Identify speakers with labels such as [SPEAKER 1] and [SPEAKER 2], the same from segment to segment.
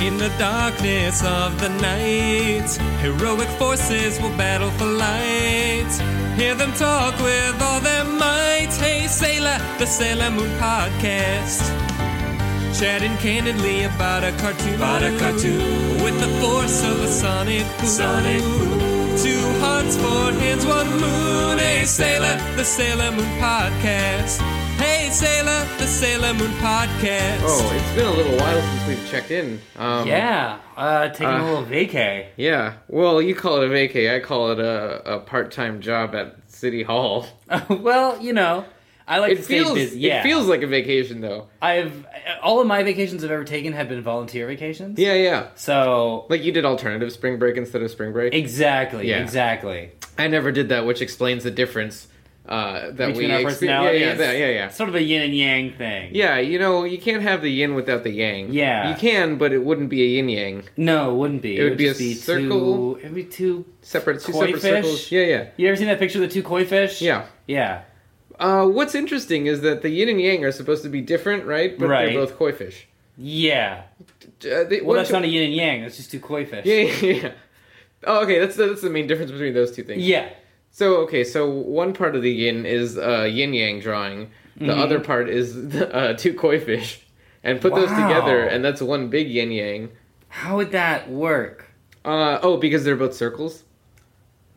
[SPEAKER 1] In the darkness of the night, heroic forces will battle for light. Hear them talk with all their might. Hey, Sailor, the Sailor Moon podcast. Chatting candidly about a cartoon, about a cartoon, with the force of a sonic boom. Sonic Two hearts, four hands, one moon. Hey, Sailor, the Sailor Moon podcast. Hey, Sailor, the Sailor Moon podcast.
[SPEAKER 2] Oh, it's been a little while since we've checked in. Um,
[SPEAKER 3] Yeah, uh, taking a little vacay.
[SPEAKER 2] Yeah. Well, you call it a vacay. I call it a, a part time job at City Hall.
[SPEAKER 3] well, you know, I like
[SPEAKER 2] It
[SPEAKER 3] to
[SPEAKER 2] feels
[SPEAKER 3] stay busy. Yeah,
[SPEAKER 2] it feels like a vacation though.
[SPEAKER 3] I've uh, all of my vacations I've ever taken have been volunteer vacations.
[SPEAKER 2] Yeah, yeah.
[SPEAKER 3] So
[SPEAKER 2] Like you did alternative spring break instead of spring break.
[SPEAKER 3] exactly,
[SPEAKER 2] Yeah.
[SPEAKER 3] exactly.
[SPEAKER 2] I never did that, which explains the difference uh, that
[SPEAKER 3] Between
[SPEAKER 2] we
[SPEAKER 3] our
[SPEAKER 2] exper-
[SPEAKER 3] personalities,
[SPEAKER 2] Yeah, yeah, that- yeah, yeah.
[SPEAKER 3] Sort of a yin and yang thing.
[SPEAKER 2] Yeah, you know, you can't have the yin without the yang.
[SPEAKER 3] Yeah.
[SPEAKER 2] You can, but it wouldn't be a yin yang.
[SPEAKER 3] No, it wouldn't be.
[SPEAKER 2] It would be a
[SPEAKER 3] just be
[SPEAKER 2] circle.
[SPEAKER 3] Two, it'd be two.
[SPEAKER 2] Separate, two
[SPEAKER 3] Koi
[SPEAKER 2] separate
[SPEAKER 3] fish?
[SPEAKER 2] circles. Yeah, yeah.
[SPEAKER 3] You ever seen that picture of the two koi fish?
[SPEAKER 2] Yeah.
[SPEAKER 3] Yeah.
[SPEAKER 2] Uh, what's interesting is that the yin and yang are supposed to be different, right? But
[SPEAKER 3] Right.
[SPEAKER 2] they're both koi fish.
[SPEAKER 3] Yeah.
[SPEAKER 2] Uh, they,
[SPEAKER 3] Well,
[SPEAKER 2] one
[SPEAKER 3] that's
[SPEAKER 2] cho-
[SPEAKER 3] not a yin and yang. That's just two koi fish.
[SPEAKER 2] Yeah, yeah, yeah. Oh, okay. That's the, that's the main difference between those two things.
[SPEAKER 3] Yeah.
[SPEAKER 2] So okay, so one part of the yin is uh, yin yang drawing. The
[SPEAKER 3] Mm-hmm.
[SPEAKER 2] other part is uh, two koi fish, and put those
[SPEAKER 3] Wow.
[SPEAKER 2] together, and that's one big yin yang.
[SPEAKER 3] How would that work?
[SPEAKER 2] Uh, oh, because they're both circles.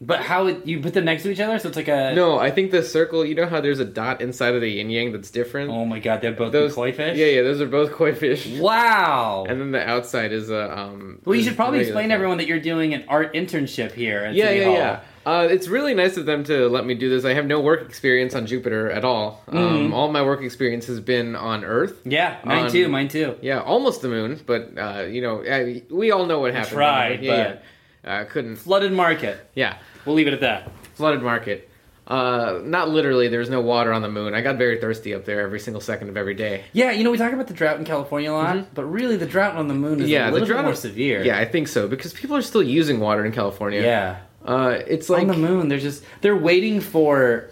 [SPEAKER 3] But how would you put them next to each other? So it's like a
[SPEAKER 2] No, I think the circle. You know how there's a dot inside of the yin yang that's different.
[SPEAKER 3] Oh my god, they're both
[SPEAKER 2] those
[SPEAKER 3] koi fish.
[SPEAKER 2] Yeah, yeah. Those are both koi fish.
[SPEAKER 3] Wow.
[SPEAKER 2] And then the outside is a. um,
[SPEAKER 3] well, you
[SPEAKER 2] is
[SPEAKER 3] should probably
[SPEAKER 2] regular
[SPEAKER 3] explain to
[SPEAKER 2] dot.
[SPEAKER 3] everyone that you're doing an art internship here. At
[SPEAKER 2] Yeah,
[SPEAKER 3] City
[SPEAKER 2] yeah,
[SPEAKER 3] Hall.
[SPEAKER 2] yeah. Uh, it's really nice of them to let me do this. I have no work experience on Jupiter at all. Um,
[SPEAKER 3] Mm-hmm.
[SPEAKER 2] All my work experience has been on Earth.
[SPEAKER 3] Yeah, mine
[SPEAKER 2] On-
[SPEAKER 3] too. Mine too.
[SPEAKER 2] Yeah, almost the moon, but uh, you know, I, we all know what happened.
[SPEAKER 3] tried,
[SPEAKER 2] yeah, yeah. Uh, couldn't.
[SPEAKER 3] Flooded market.
[SPEAKER 2] Yeah,
[SPEAKER 3] We'll leave it at that.
[SPEAKER 2] flooded market. Uh, not literally. There was no water on the moon. I got very thirsty up there every single second of every day.
[SPEAKER 3] Yeah, you know we talk about the drought in California a lot, but really the drought on the moon is a
[SPEAKER 2] yeah,
[SPEAKER 3] little
[SPEAKER 2] the drought
[SPEAKER 3] bit more severe.
[SPEAKER 2] Yeah, I think so because people are still using water in California.
[SPEAKER 3] yeah.
[SPEAKER 2] uh, it's like
[SPEAKER 3] on the moon, they're just they're waiting for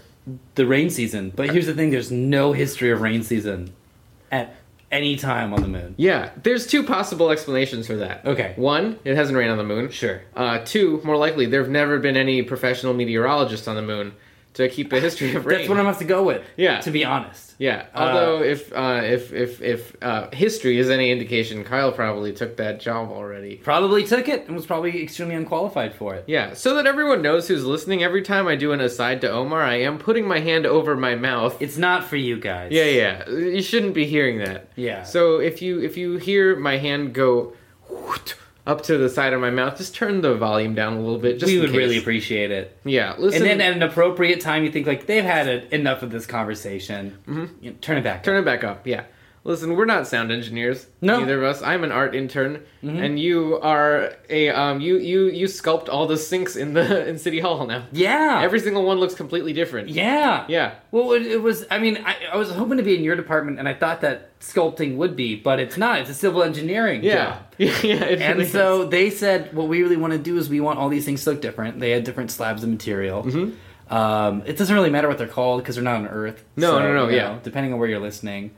[SPEAKER 3] the rain season. But here's the thing: there's no history of rain season at any time on the moon.
[SPEAKER 2] yeah. There's two possible explanations for that.
[SPEAKER 3] Okay.
[SPEAKER 2] one, it hasn't rained on the moon.
[SPEAKER 3] Sure.
[SPEAKER 2] Uh, two, more likely, there have never been any professional meteorologists on the moon to keep a history of rain.
[SPEAKER 3] That's what I'm gonna have to go with.
[SPEAKER 2] Yeah.
[SPEAKER 3] To be honest.
[SPEAKER 2] Yeah. Although, if uh, if if if uh, history is any indication, Kyle probably took that job already.
[SPEAKER 3] Probably took it and was probably extremely unqualified for it.
[SPEAKER 2] Yeah. So that everyone knows who's listening, every time I do an aside to Omar, I am putting my hand over my mouth.
[SPEAKER 3] It's not for you guys.
[SPEAKER 2] Yeah, yeah. You shouldn't be hearing that.
[SPEAKER 3] Yeah.
[SPEAKER 2] So if you if you hear my hand go whoot up to the side of my mouth, just turn the volume down a little bit. Just
[SPEAKER 3] we
[SPEAKER 2] in
[SPEAKER 3] would
[SPEAKER 2] case.
[SPEAKER 3] really appreciate it.
[SPEAKER 2] Yeah. Listen.
[SPEAKER 3] And then at an appropriate time, you think like they've had a, enough of this conversation. Mm-hmm. turn it back.
[SPEAKER 2] Turn it back up, yeah. Listen, we're not sound engineers.
[SPEAKER 3] No. Mm-hmm.
[SPEAKER 2] neither of us. I'm an art intern, and you are a um. You you you sculpt all the sinks in the in City Hall now.
[SPEAKER 3] yeah.
[SPEAKER 2] Every single one looks completely different.
[SPEAKER 3] yeah.
[SPEAKER 2] Yeah.
[SPEAKER 3] Well, it, it was. I mean, I, I was hoping to be in your department, and I thought that sculpting would be, but it's not. It's a civil engineering
[SPEAKER 2] Yeah.
[SPEAKER 3] job.
[SPEAKER 2] Yeah. it
[SPEAKER 3] And
[SPEAKER 2] really is.
[SPEAKER 3] so they said, what we really want to do is we want all these things to look different. They had different slabs of material. Um, it doesn't really matter what they're called because they're not on Earth.
[SPEAKER 2] Mm-hmm. No, no, no,
[SPEAKER 3] you
[SPEAKER 2] yeah.
[SPEAKER 3] depending on where you're listening,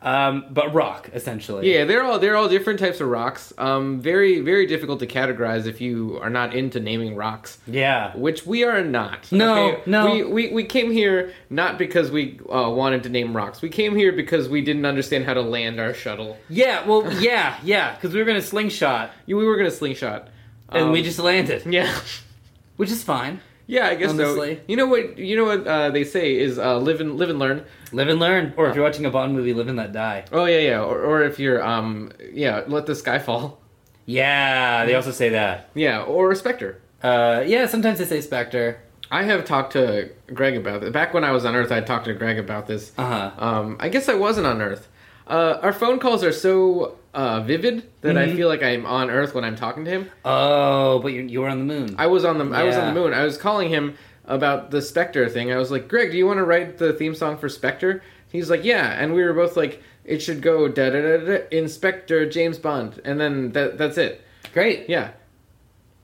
[SPEAKER 3] um, but rock essentially.
[SPEAKER 2] Yeah, they're all they're all different types of rocks. Um, very very difficult to categorize if you are not into naming rocks.
[SPEAKER 3] Yeah.
[SPEAKER 2] Which we are not.
[SPEAKER 3] No, no.
[SPEAKER 2] We, we, we came here not because we uh, wanted to name rocks. We came here because we didn't understand how to land our shuttle.
[SPEAKER 3] Yeah, well, yeah, yeah, because we were gonna slingshot
[SPEAKER 2] Yeah, we were gonna slingshot,
[SPEAKER 3] and
[SPEAKER 2] Um,
[SPEAKER 3] we just landed,
[SPEAKER 2] yeah,
[SPEAKER 3] which is fine.
[SPEAKER 2] yeah. I guess so.
[SPEAKER 3] Honestly.
[SPEAKER 2] You know what? You know what uh, they say is uh, live and live and learn.
[SPEAKER 3] Live and learn, or if you're watching a Bond movie, live and let die.
[SPEAKER 2] Oh yeah, yeah. Or, or if you're um yeah, let the sky fall.
[SPEAKER 3] Yeah, they also say that.
[SPEAKER 2] Yeah, or Spectre.
[SPEAKER 3] Uh, yeah, sometimes they say Spectre.
[SPEAKER 2] I have talked to Greg about this. Back when I was on Earth, I talked to Greg about this.
[SPEAKER 3] Uh-huh.
[SPEAKER 2] Um, I guess I wasn't on Earth. Uh, our phone calls are so uh, vivid that
[SPEAKER 3] Mm-hmm.
[SPEAKER 2] I feel like I'm on Earth when I'm talking to him.
[SPEAKER 3] Oh, but you you were on the moon.
[SPEAKER 2] I was on the I was on
[SPEAKER 3] Yeah.
[SPEAKER 2] the moon. I was calling him about the Spectre thing. I was like, Greg, do you want to write the theme song for Spectre? He's like, yeah, and we were both like, it should go da da da da Inspector James Bond, and then that that's it.
[SPEAKER 3] Great.
[SPEAKER 2] Yeah,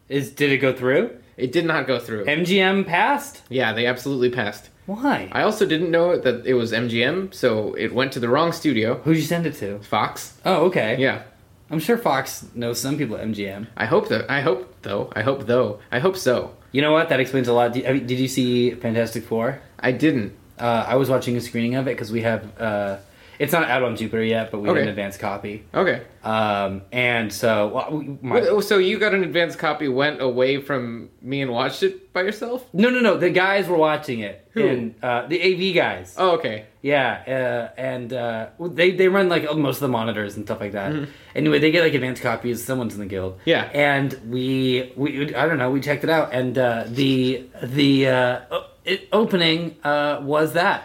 [SPEAKER 3] Is did it go through?
[SPEAKER 2] it did not go through.
[SPEAKER 3] MGM passed.
[SPEAKER 2] yeah, they absolutely passed.
[SPEAKER 3] Why?
[SPEAKER 2] I also didn't know that it was MGM, so it went to the wrong studio,
[SPEAKER 3] Who'd you send it to?
[SPEAKER 2] Fox.
[SPEAKER 3] Oh, okay.
[SPEAKER 2] Yeah,
[SPEAKER 3] I'm sure Fox knows some people at MGM.
[SPEAKER 2] I hope that. I hope though. I hope though. I hope so.
[SPEAKER 3] You know what? That explains a lot. Did, I mean, did you see Fantastic Four?
[SPEAKER 2] I didn't.
[SPEAKER 3] Uh, I was watching a screening of it because we have. Uh, it's not out on Jupiter yet, but we
[SPEAKER 2] Okay.
[SPEAKER 3] have an advanced copy.
[SPEAKER 2] Okay.
[SPEAKER 3] Um, and so, well, we- my,
[SPEAKER 2] Wait, oh, So you got an advance copy, went away from me, and watched it by yourself?
[SPEAKER 3] no, no, no. The guys were watching it.
[SPEAKER 2] Who?
[SPEAKER 3] And, uh, the AV guys.
[SPEAKER 2] Oh, okay.
[SPEAKER 3] Yeah, uh, and uh, well, they they run like most of the monitors and stuff like that. Anyway, they get like advanced copies. Someone's in the guild.
[SPEAKER 2] Mm-hmm. Yeah.
[SPEAKER 3] and we we I don't know. We checked it out, and uh, the the uh, o- it, opening uh, was that.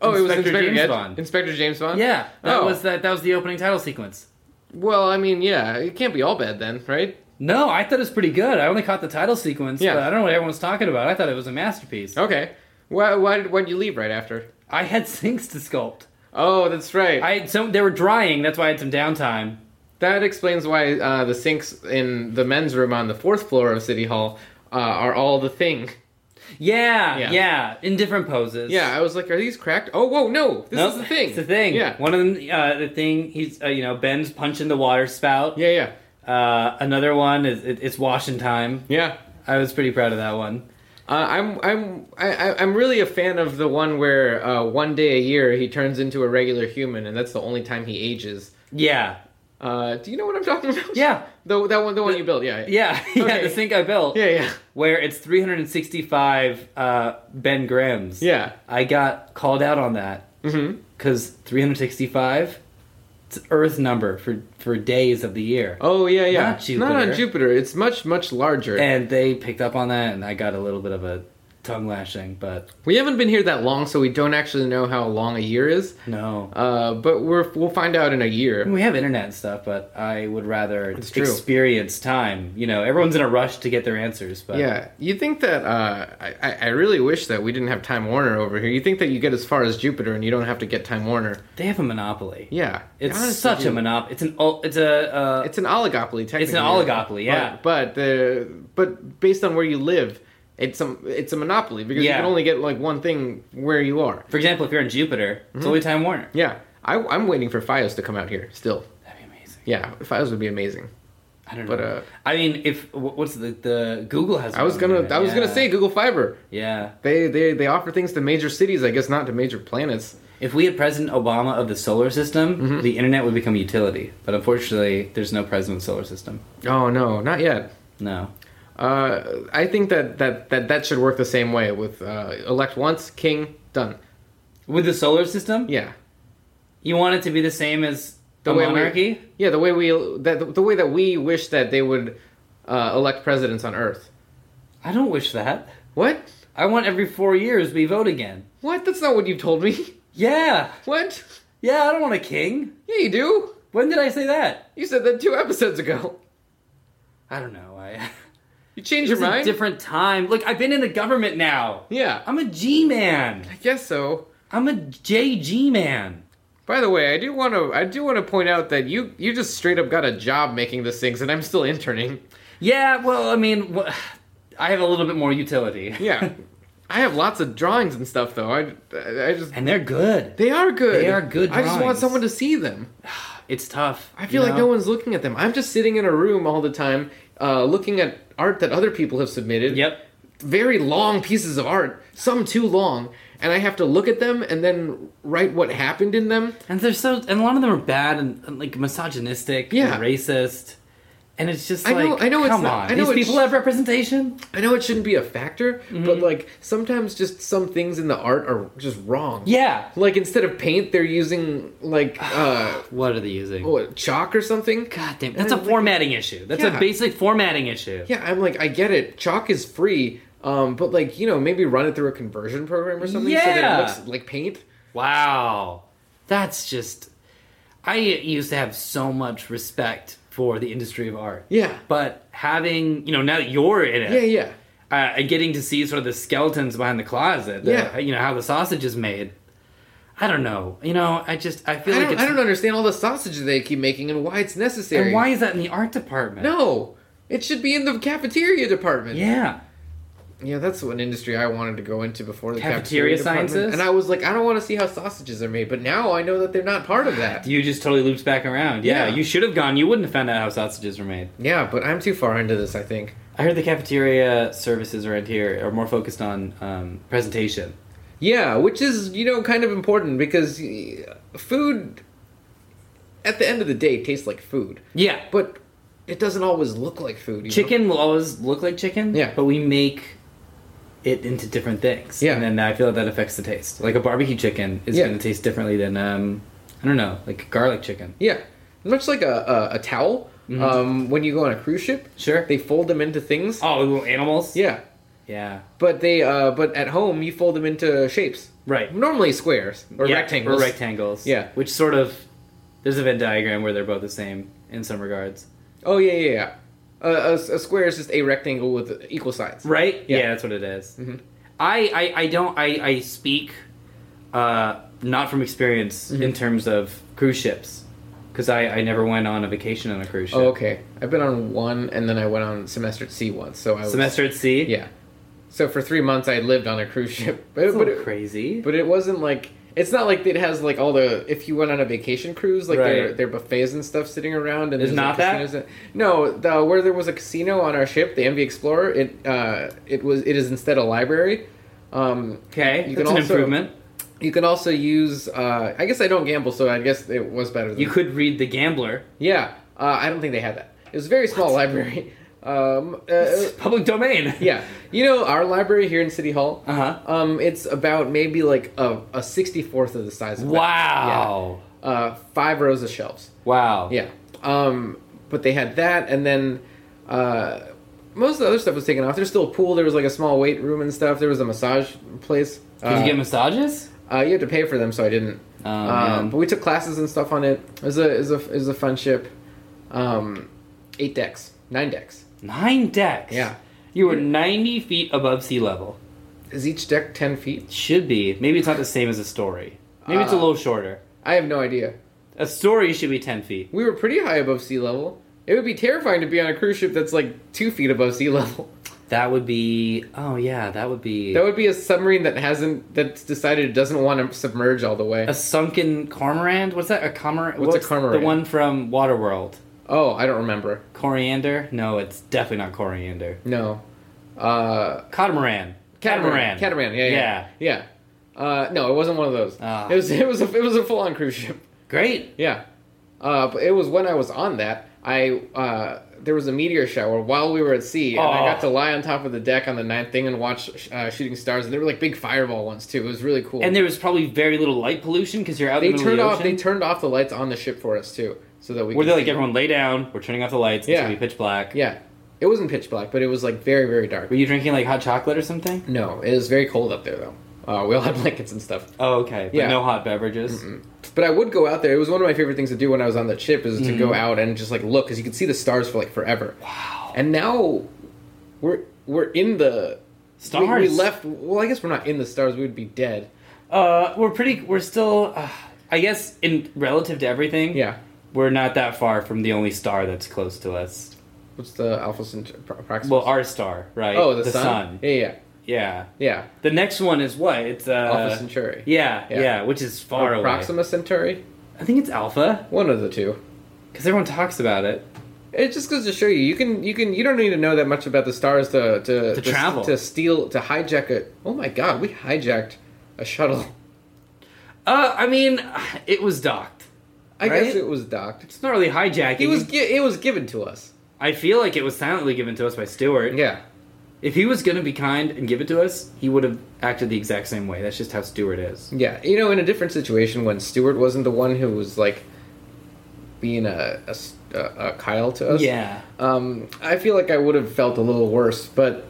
[SPEAKER 2] Oh, it was
[SPEAKER 3] Inspector
[SPEAKER 2] Inspector
[SPEAKER 3] James
[SPEAKER 2] James
[SPEAKER 3] Bond.
[SPEAKER 2] Bond. Inspector James Bond.
[SPEAKER 3] Yeah, that
[SPEAKER 2] Oh.
[SPEAKER 3] was that. That was the opening title sequence.
[SPEAKER 2] Well, I mean, yeah, it can't be all bad then, right?
[SPEAKER 3] No, I thought it was pretty good. I only caught the title sequence,
[SPEAKER 2] Yeah. Oh.
[SPEAKER 3] but I don't know what everyone's talking about. I thought it was a masterpiece.
[SPEAKER 2] Okay. Why? Why did? Why did you leave right after?
[SPEAKER 3] I had sinks to sculpt.
[SPEAKER 2] Oh, that's right.
[SPEAKER 3] I had some. They were drying. That's why I had some downtime.
[SPEAKER 2] That explains why uh, the sinks in the men's room on the fourth floor of City Hall uh, are all the thing.
[SPEAKER 3] Yeah, yeah,
[SPEAKER 2] Yeah.
[SPEAKER 3] in different poses.
[SPEAKER 2] Yeah, I was like, are these cracked? Oh, whoa, no, this
[SPEAKER 3] No,
[SPEAKER 2] is the thing.
[SPEAKER 3] It's the thing.
[SPEAKER 2] Yeah,
[SPEAKER 3] One of them, uh, the thing. He's uh, you know Ben's punching the water spout.
[SPEAKER 2] yeah, yeah,
[SPEAKER 3] Uh, another one is it, it's washing time.
[SPEAKER 2] yeah.
[SPEAKER 3] I was pretty proud of that one.
[SPEAKER 2] Uh, I'm, I'm, I, I- I'm really a fan of the one where uh, one day a year he turns into a regular human, and that's the only time he ages.
[SPEAKER 3] Yeah,
[SPEAKER 2] Uh, do you know what I'm talking about?
[SPEAKER 3] Yeah.
[SPEAKER 2] the that one, the one you built. Yeah,
[SPEAKER 3] yeah, yeah.
[SPEAKER 2] Okay.
[SPEAKER 3] The sink I built.
[SPEAKER 2] yeah, yeah,
[SPEAKER 3] Where it's 365 uh, Ben Grimm's.
[SPEAKER 2] yeah.
[SPEAKER 3] I got called out on that
[SPEAKER 2] Mm-hmm.
[SPEAKER 3] because 365, it's Earth number for for days of the year.
[SPEAKER 2] Oh, yeah, yeah.
[SPEAKER 3] Not
[SPEAKER 2] on
[SPEAKER 3] Jupiter.
[SPEAKER 2] Jupiter. It's much, much larger.
[SPEAKER 3] And they picked up on that, and I got a little bit of a tongue lashing, but
[SPEAKER 2] we haven't been here that long, so we don't actually know how long a year is.
[SPEAKER 3] no.
[SPEAKER 2] Uh, but we're we'll find out in a year.
[SPEAKER 3] We have internet and stuff, but I would rather
[SPEAKER 2] true.
[SPEAKER 3] experience time. You know, everyone's in a rush to get their answers, but
[SPEAKER 2] Yeah, you think that? Uh, I- I I really wish that we didn't have Time Warner over here. You think that you get as far as Jupiter and you don't have to get Time Warner?
[SPEAKER 3] they have a monopoly.
[SPEAKER 2] Yeah,
[SPEAKER 3] It's
[SPEAKER 2] Honestly,
[SPEAKER 3] such a
[SPEAKER 2] dude,
[SPEAKER 3] monopoly. It's an ol- it's a uh,
[SPEAKER 2] it's an oligopoly. Technically,
[SPEAKER 3] it's an oligopoly. Yeah,
[SPEAKER 2] But, but the but based on where you live, it's a it's a monopoly because
[SPEAKER 3] Yeah.
[SPEAKER 2] you can only get like one thing where you are.
[SPEAKER 3] for example, if you're in Jupiter, it's only Time Warner.
[SPEAKER 2] Mm-hmm. Yeah, I, I'm waiting for Fios to come out here still.
[SPEAKER 3] That'd be amazing.
[SPEAKER 2] Yeah, Fios would be amazing.
[SPEAKER 3] I don't know.
[SPEAKER 2] But, uh,
[SPEAKER 3] I mean, if wh- what's the the Google has?
[SPEAKER 2] I was
[SPEAKER 3] one,
[SPEAKER 2] gonna
[SPEAKER 3] right?
[SPEAKER 2] I was gonna
[SPEAKER 3] Yeah.
[SPEAKER 2] say Google Fiber.
[SPEAKER 3] yeah.
[SPEAKER 2] They they they offer things to major cities, I guess not to major planets.
[SPEAKER 3] If we had President Obama of the solar system,
[SPEAKER 2] Mm-hmm.
[SPEAKER 3] the internet would become a utility. But unfortunately, there's no president of the solar system.
[SPEAKER 2] Oh no, not yet.
[SPEAKER 3] No.
[SPEAKER 2] Uh, I think that, that that that should work the same way with uh, elect once, king, done.
[SPEAKER 3] With the solar system,
[SPEAKER 2] Yeah,
[SPEAKER 3] You want it to be the same as the,
[SPEAKER 2] way
[SPEAKER 3] monarchy?
[SPEAKER 2] We, yeah, the way we that the way that we wish that they would uh, elect presidents on Earth.
[SPEAKER 3] I don't wish that.
[SPEAKER 2] What?
[SPEAKER 3] I want every four years we vote again.
[SPEAKER 2] What? That's not what you told me.
[SPEAKER 3] Yeah,
[SPEAKER 2] What?
[SPEAKER 3] yeah. I don't want a king.
[SPEAKER 2] Yeah, you do.
[SPEAKER 3] When did I say that?
[SPEAKER 2] You said that two episodes ago.
[SPEAKER 3] I don't know. I
[SPEAKER 2] You changed your
[SPEAKER 3] it's a
[SPEAKER 2] mind.
[SPEAKER 3] different time. Look, I've been in the government now.
[SPEAKER 2] yeah,
[SPEAKER 3] I'm a G man.
[SPEAKER 2] I guess so.
[SPEAKER 3] I'm a JG man.
[SPEAKER 2] By the way, I do want to I do want to point out that you you just straight up got a job making this things, and I'm still interning.
[SPEAKER 3] Yeah. Well, I mean, wha- I have a little bit more utility.
[SPEAKER 2] Yeah, I have lots of drawings and stuff though. I I I just
[SPEAKER 3] and they're good.
[SPEAKER 2] They are good.
[SPEAKER 3] They are good
[SPEAKER 2] I just want
[SPEAKER 3] drawings.
[SPEAKER 2] someone to see them.
[SPEAKER 3] It's tough.
[SPEAKER 2] I feel
[SPEAKER 3] you
[SPEAKER 2] like
[SPEAKER 3] know?
[SPEAKER 2] no one's looking at them. I'm just sitting in a room all the time, uh, looking at art that other people have submitted.
[SPEAKER 3] Yep.
[SPEAKER 2] Very long pieces of art, some too long, and I have to look at them and then write what happened in them.
[SPEAKER 3] And they're so, and a lot of them are bad and, and, like misogynistic,
[SPEAKER 2] Yeah.
[SPEAKER 3] and racist, and it's just
[SPEAKER 2] I
[SPEAKER 3] like,
[SPEAKER 2] know- I know it's
[SPEAKER 3] come
[SPEAKER 2] not-
[SPEAKER 3] on,
[SPEAKER 2] I know
[SPEAKER 3] these
[SPEAKER 2] it's-
[SPEAKER 3] people have representation.
[SPEAKER 2] I know it shouldn't be a factor,
[SPEAKER 3] Mm-hmm.
[SPEAKER 2] but like sometimes just some things in the art are just wrong.
[SPEAKER 3] Yeah,
[SPEAKER 2] Like instead of paint, they're using like uh,
[SPEAKER 3] what are they using?
[SPEAKER 2] what, chalk or something.
[SPEAKER 3] God damn, that's a formatting issue. That's a
[SPEAKER 2] Yeah.
[SPEAKER 3] basic formatting issue.
[SPEAKER 2] Yeah, I'm like, I get it. Chalk is free, um, but like, you know, maybe run it through a conversion program or something so
[SPEAKER 3] Yeah.
[SPEAKER 2] that it looks like paint.
[SPEAKER 3] Wow, that's just. I used to have so much respect for the industry of art.
[SPEAKER 2] Yeah.
[SPEAKER 3] but having you know now that you're in it,
[SPEAKER 2] Yeah, yeah.
[SPEAKER 3] uh, and getting to see sort of the skeletons behind the closet. the-
[SPEAKER 2] Yeah.
[SPEAKER 3] you know how the sausage is made. I don't know. You know, I just I
[SPEAKER 2] I
[SPEAKER 3] feel like
[SPEAKER 2] don't,
[SPEAKER 3] it's
[SPEAKER 2] I don't understand all the sausage they keep making and why it's necessary.
[SPEAKER 3] and why is that in the art department?
[SPEAKER 2] No, it should be in the cafeteria department.
[SPEAKER 3] Yeah.
[SPEAKER 2] Yeah, that's an industry I wanted to go into before the
[SPEAKER 3] Cafeteria
[SPEAKER 2] cafeteria, department.
[SPEAKER 3] sciences?
[SPEAKER 2] And I was like, I don't want to see how sausages are made, but now I know that they're not part of that.
[SPEAKER 3] You just totally loops back around. Yeah,
[SPEAKER 2] Yeah.
[SPEAKER 3] you should have gone. You wouldn't have found out how sausages were made.
[SPEAKER 2] Yeah, but I'm too far into this, I think.
[SPEAKER 3] I heard the cafeteria services around here are more focused on um, presentation.
[SPEAKER 2] Yeah, which is, you know, kind of important because y- food, at the end of the day, tastes like food.
[SPEAKER 3] Yeah, but
[SPEAKER 2] But it doesn't always look like food. you know?
[SPEAKER 3] chicken will always look like chicken.
[SPEAKER 2] Yeah.
[SPEAKER 3] but we make it into different things.
[SPEAKER 2] Yeah.
[SPEAKER 3] and then I feel that affects the taste. Like a barbecue chicken is
[SPEAKER 2] Yeah.
[SPEAKER 3] going to taste differently than um, I don't know, like garlic chicken.
[SPEAKER 2] Yeah. Much like a, a, a towel,
[SPEAKER 3] Mm-hmm.
[SPEAKER 2] um, when you go on a cruise ship,
[SPEAKER 3] Sure.
[SPEAKER 2] they fold them into things.
[SPEAKER 3] oh, little animals.
[SPEAKER 2] Yeah.
[SPEAKER 3] yeah,
[SPEAKER 2] But they, uh, but at home, you fold them into shapes.
[SPEAKER 3] right.
[SPEAKER 2] Normally squares or
[SPEAKER 3] Yeah,
[SPEAKER 2] rectangles.
[SPEAKER 3] Or rectangles.
[SPEAKER 2] Yeah.
[SPEAKER 3] Which sort of there's a Venn diagram where they're both the same in some regards.
[SPEAKER 2] Oh yeah, yeah, yeah. A, a, a square is just a rectangle with equal sides.
[SPEAKER 3] Right?
[SPEAKER 2] Yeah. Mm-hmm.
[SPEAKER 3] Yeah, that's what it is. I, I I don't I I speak uh not from experience
[SPEAKER 2] Mm-hmm.
[SPEAKER 3] in terms of cruise ships because I I never went on a vacation on a cruise ship.
[SPEAKER 2] Oh, okay. I've been on one, and then I went on semester at sea once. So I was
[SPEAKER 3] Semester at sea.
[SPEAKER 2] Yeah. So for three months, I lived on a cruise ship, but
[SPEAKER 3] It's
[SPEAKER 2] it,
[SPEAKER 3] a
[SPEAKER 2] but
[SPEAKER 3] little
[SPEAKER 2] it,
[SPEAKER 3] crazy.
[SPEAKER 2] but it wasn't like it's not like it has like all the if you went on a vacation cruise like their
[SPEAKER 3] Right.
[SPEAKER 2] their buffets and stuff sitting around and
[SPEAKER 3] There's
[SPEAKER 2] like,
[SPEAKER 3] not that?
[SPEAKER 2] casinos and- no the, where there was a casino on our ship the MV Explorer it uh it was it is instead a library um
[SPEAKER 3] okay,
[SPEAKER 2] you can
[SPEAKER 3] that's an
[SPEAKER 2] also- Mm-hmm.
[SPEAKER 3] improvement.
[SPEAKER 2] You can also use. Uh, I guess I don't gamble, so I guess it was better. Than
[SPEAKER 3] You could read The Gambler.
[SPEAKER 2] Yeah, uh, I don't think they had that. It was a very small library. Um, uh,
[SPEAKER 3] It's public domain.
[SPEAKER 2] yeah, you know our library here in City Hall.
[SPEAKER 3] Uh-huh.
[SPEAKER 2] Um, it's about maybe like a a sixty fourth of the size of that.
[SPEAKER 3] Wow.
[SPEAKER 2] Uh, five rows of shelves.
[SPEAKER 3] Wow.
[SPEAKER 2] Yeah. Um, but they had that, and then uh, most of the other stuff was taken off. There's still a pool. There was like a small weight room and stuff. There was a massage place.
[SPEAKER 3] Did
[SPEAKER 2] Uh,
[SPEAKER 3] you get massages?
[SPEAKER 2] uh, you had to pay for them, so I didn't.
[SPEAKER 3] Oh,
[SPEAKER 2] um,
[SPEAKER 3] man.
[SPEAKER 2] but we took classes and stuff on it. It was a it was a, it was a fun ship. Um, eight decks, nine decks.
[SPEAKER 3] Nine decks.
[SPEAKER 2] Yeah.
[SPEAKER 3] You were 90 feet above sea level.
[SPEAKER 2] Is each deck ten feet?
[SPEAKER 3] Should be. Maybe it's not the same as a story. Maybe it's a
[SPEAKER 2] Uh,
[SPEAKER 3] little shorter.
[SPEAKER 2] I have no idea.
[SPEAKER 3] A story should be 10 feet.
[SPEAKER 2] We were pretty high above sea level. It would be terrifying to be on a cruise ship that's like two feet above sea level.
[SPEAKER 3] That would be. Oh, yeah, that would be.
[SPEAKER 2] That would be a submarine that hasn't that's decided it doesn't want to submerge all the way.
[SPEAKER 3] a sunken cormorant? What's that? A cormorant?
[SPEAKER 2] What's a cormorant?
[SPEAKER 3] The one from Waterworld.
[SPEAKER 2] Oh, I don't remember.
[SPEAKER 3] Coriander? No, it's definitely not coriander.
[SPEAKER 2] No. Uh,
[SPEAKER 3] Catamaran. Catamaran.
[SPEAKER 2] Catamaran. Yeah. Yeah. Yeah. Uh, no, it wasn't one of those.
[SPEAKER 3] Ah.
[SPEAKER 2] It was it was a, it was a full on cruise ship.
[SPEAKER 3] Great.
[SPEAKER 2] Yeah. Uh, but it was when I was on that. I uh, there was a meteor shower while we were at sea, and I
[SPEAKER 3] Aw.
[SPEAKER 2] got to lie on top of the deck on the ninth thing and watch uh, shooting stars. And there were like big fireball ones too. It was really cool.
[SPEAKER 3] And there was probably very little light pollution because you're out
[SPEAKER 2] they
[SPEAKER 3] in the middle
[SPEAKER 2] turned
[SPEAKER 3] of the
[SPEAKER 2] off
[SPEAKER 3] ocean.
[SPEAKER 2] they turned off the lights on the ship for us too, so that we
[SPEAKER 3] where
[SPEAKER 2] could
[SPEAKER 3] they're like,
[SPEAKER 2] see.
[SPEAKER 3] everyone lay down, we're turning off the lights, it's
[SPEAKER 2] Yeah.
[SPEAKER 3] going to be pitch black.
[SPEAKER 2] yeah. It wasn't pitch black, but it was like very very dark.
[SPEAKER 3] Were you drinking like hot chocolate or something?
[SPEAKER 2] No, it was very cold up there though. Uh, we all had blankets and stuff.
[SPEAKER 3] Oh, okay. But
[SPEAKER 2] Yeah.
[SPEAKER 3] no hot beverages.
[SPEAKER 2] But I would go out there. It was one of my favorite things to do when I was on that ship is to
[SPEAKER 3] Mm.
[SPEAKER 2] go out and just like look because you could see the stars for like forever. Wow. And now we're we're in the we-
[SPEAKER 3] Stars.
[SPEAKER 2] We, left. Well, I guess we're not in the stars. We would be dead.
[SPEAKER 3] Uh, we're pretty. We're still. Uh, I guess in relative to everything.
[SPEAKER 2] Yeah.
[SPEAKER 3] We're not that far from the only star that's close to us.
[SPEAKER 2] What's the Alpha Centauri? Pro- Proxima?
[SPEAKER 3] Well, our star, right?
[SPEAKER 2] oh, the, sun? Yeah, yeah,
[SPEAKER 3] Yeah.
[SPEAKER 2] yeah.
[SPEAKER 3] The next one is what? It's uh.
[SPEAKER 2] Alpha Centauri.
[SPEAKER 3] Yeah,
[SPEAKER 2] Yeah.
[SPEAKER 3] yeah, which is far
[SPEAKER 2] Or
[SPEAKER 3] away.
[SPEAKER 2] Proxima Centauri.
[SPEAKER 3] I think it's Alpha
[SPEAKER 2] One of the two.
[SPEAKER 3] because everyone talks about it.
[SPEAKER 2] It just goes to show you, you can, you can, you don't need to know that much about the stars to to, to
[SPEAKER 3] travel.
[SPEAKER 2] to steal, to hijack it. Oh my God, we hijacked a shuttle.
[SPEAKER 3] Uh, I mean, it was docked.
[SPEAKER 2] I guess
[SPEAKER 3] Right?
[SPEAKER 2] it was docked.
[SPEAKER 3] It's not really hijacking.
[SPEAKER 2] It was, gi- it was given to us.
[SPEAKER 3] I feel like it was silently given to us by Stewart.
[SPEAKER 2] Yeah,
[SPEAKER 3] If he was gonna be kind and give it to us, he would have acted the exact same way. That's just how Stewart is.
[SPEAKER 2] yeah. You know, in a different situation, when Stewart wasn't the one who was like being a a s- a- a Kyle to us.
[SPEAKER 3] Yeah.
[SPEAKER 2] Um, I feel like I would have felt a little worse, but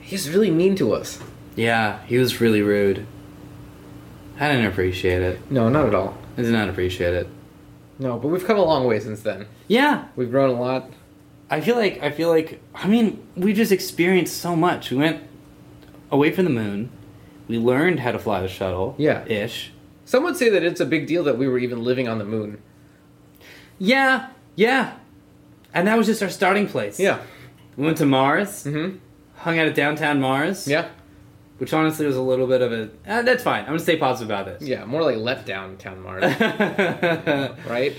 [SPEAKER 2] he's really mean to us.
[SPEAKER 3] Yeah, he was really rude. I didn't appreciate it.
[SPEAKER 2] No, not at all.
[SPEAKER 3] I did not appreciate it.
[SPEAKER 2] No, but we've come a long way since then.
[SPEAKER 3] Yeah,
[SPEAKER 2] We've grown a lot.
[SPEAKER 3] I feel like I feel like I mean we just experienced so much. We went away from the moon. We learned how to fly the shuttle.
[SPEAKER 2] Yeah.
[SPEAKER 3] ish.
[SPEAKER 2] Some would say that it's a big deal that we were even living on the moon.
[SPEAKER 3] Yeah, yeah. And that was just our starting place.
[SPEAKER 2] Yeah.
[SPEAKER 3] we went to Mars.
[SPEAKER 2] Mhm.
[SPEAKER 3] hung out at downtown Mars.
[SPEAKER 2] Yeah.
[SPEAKER 3] Which honestly was a little bit of a. Uh, that's fine. I'm gonna stay positive about this.
[SPEAKER 2] Yeah. More like let down Town Mars, right?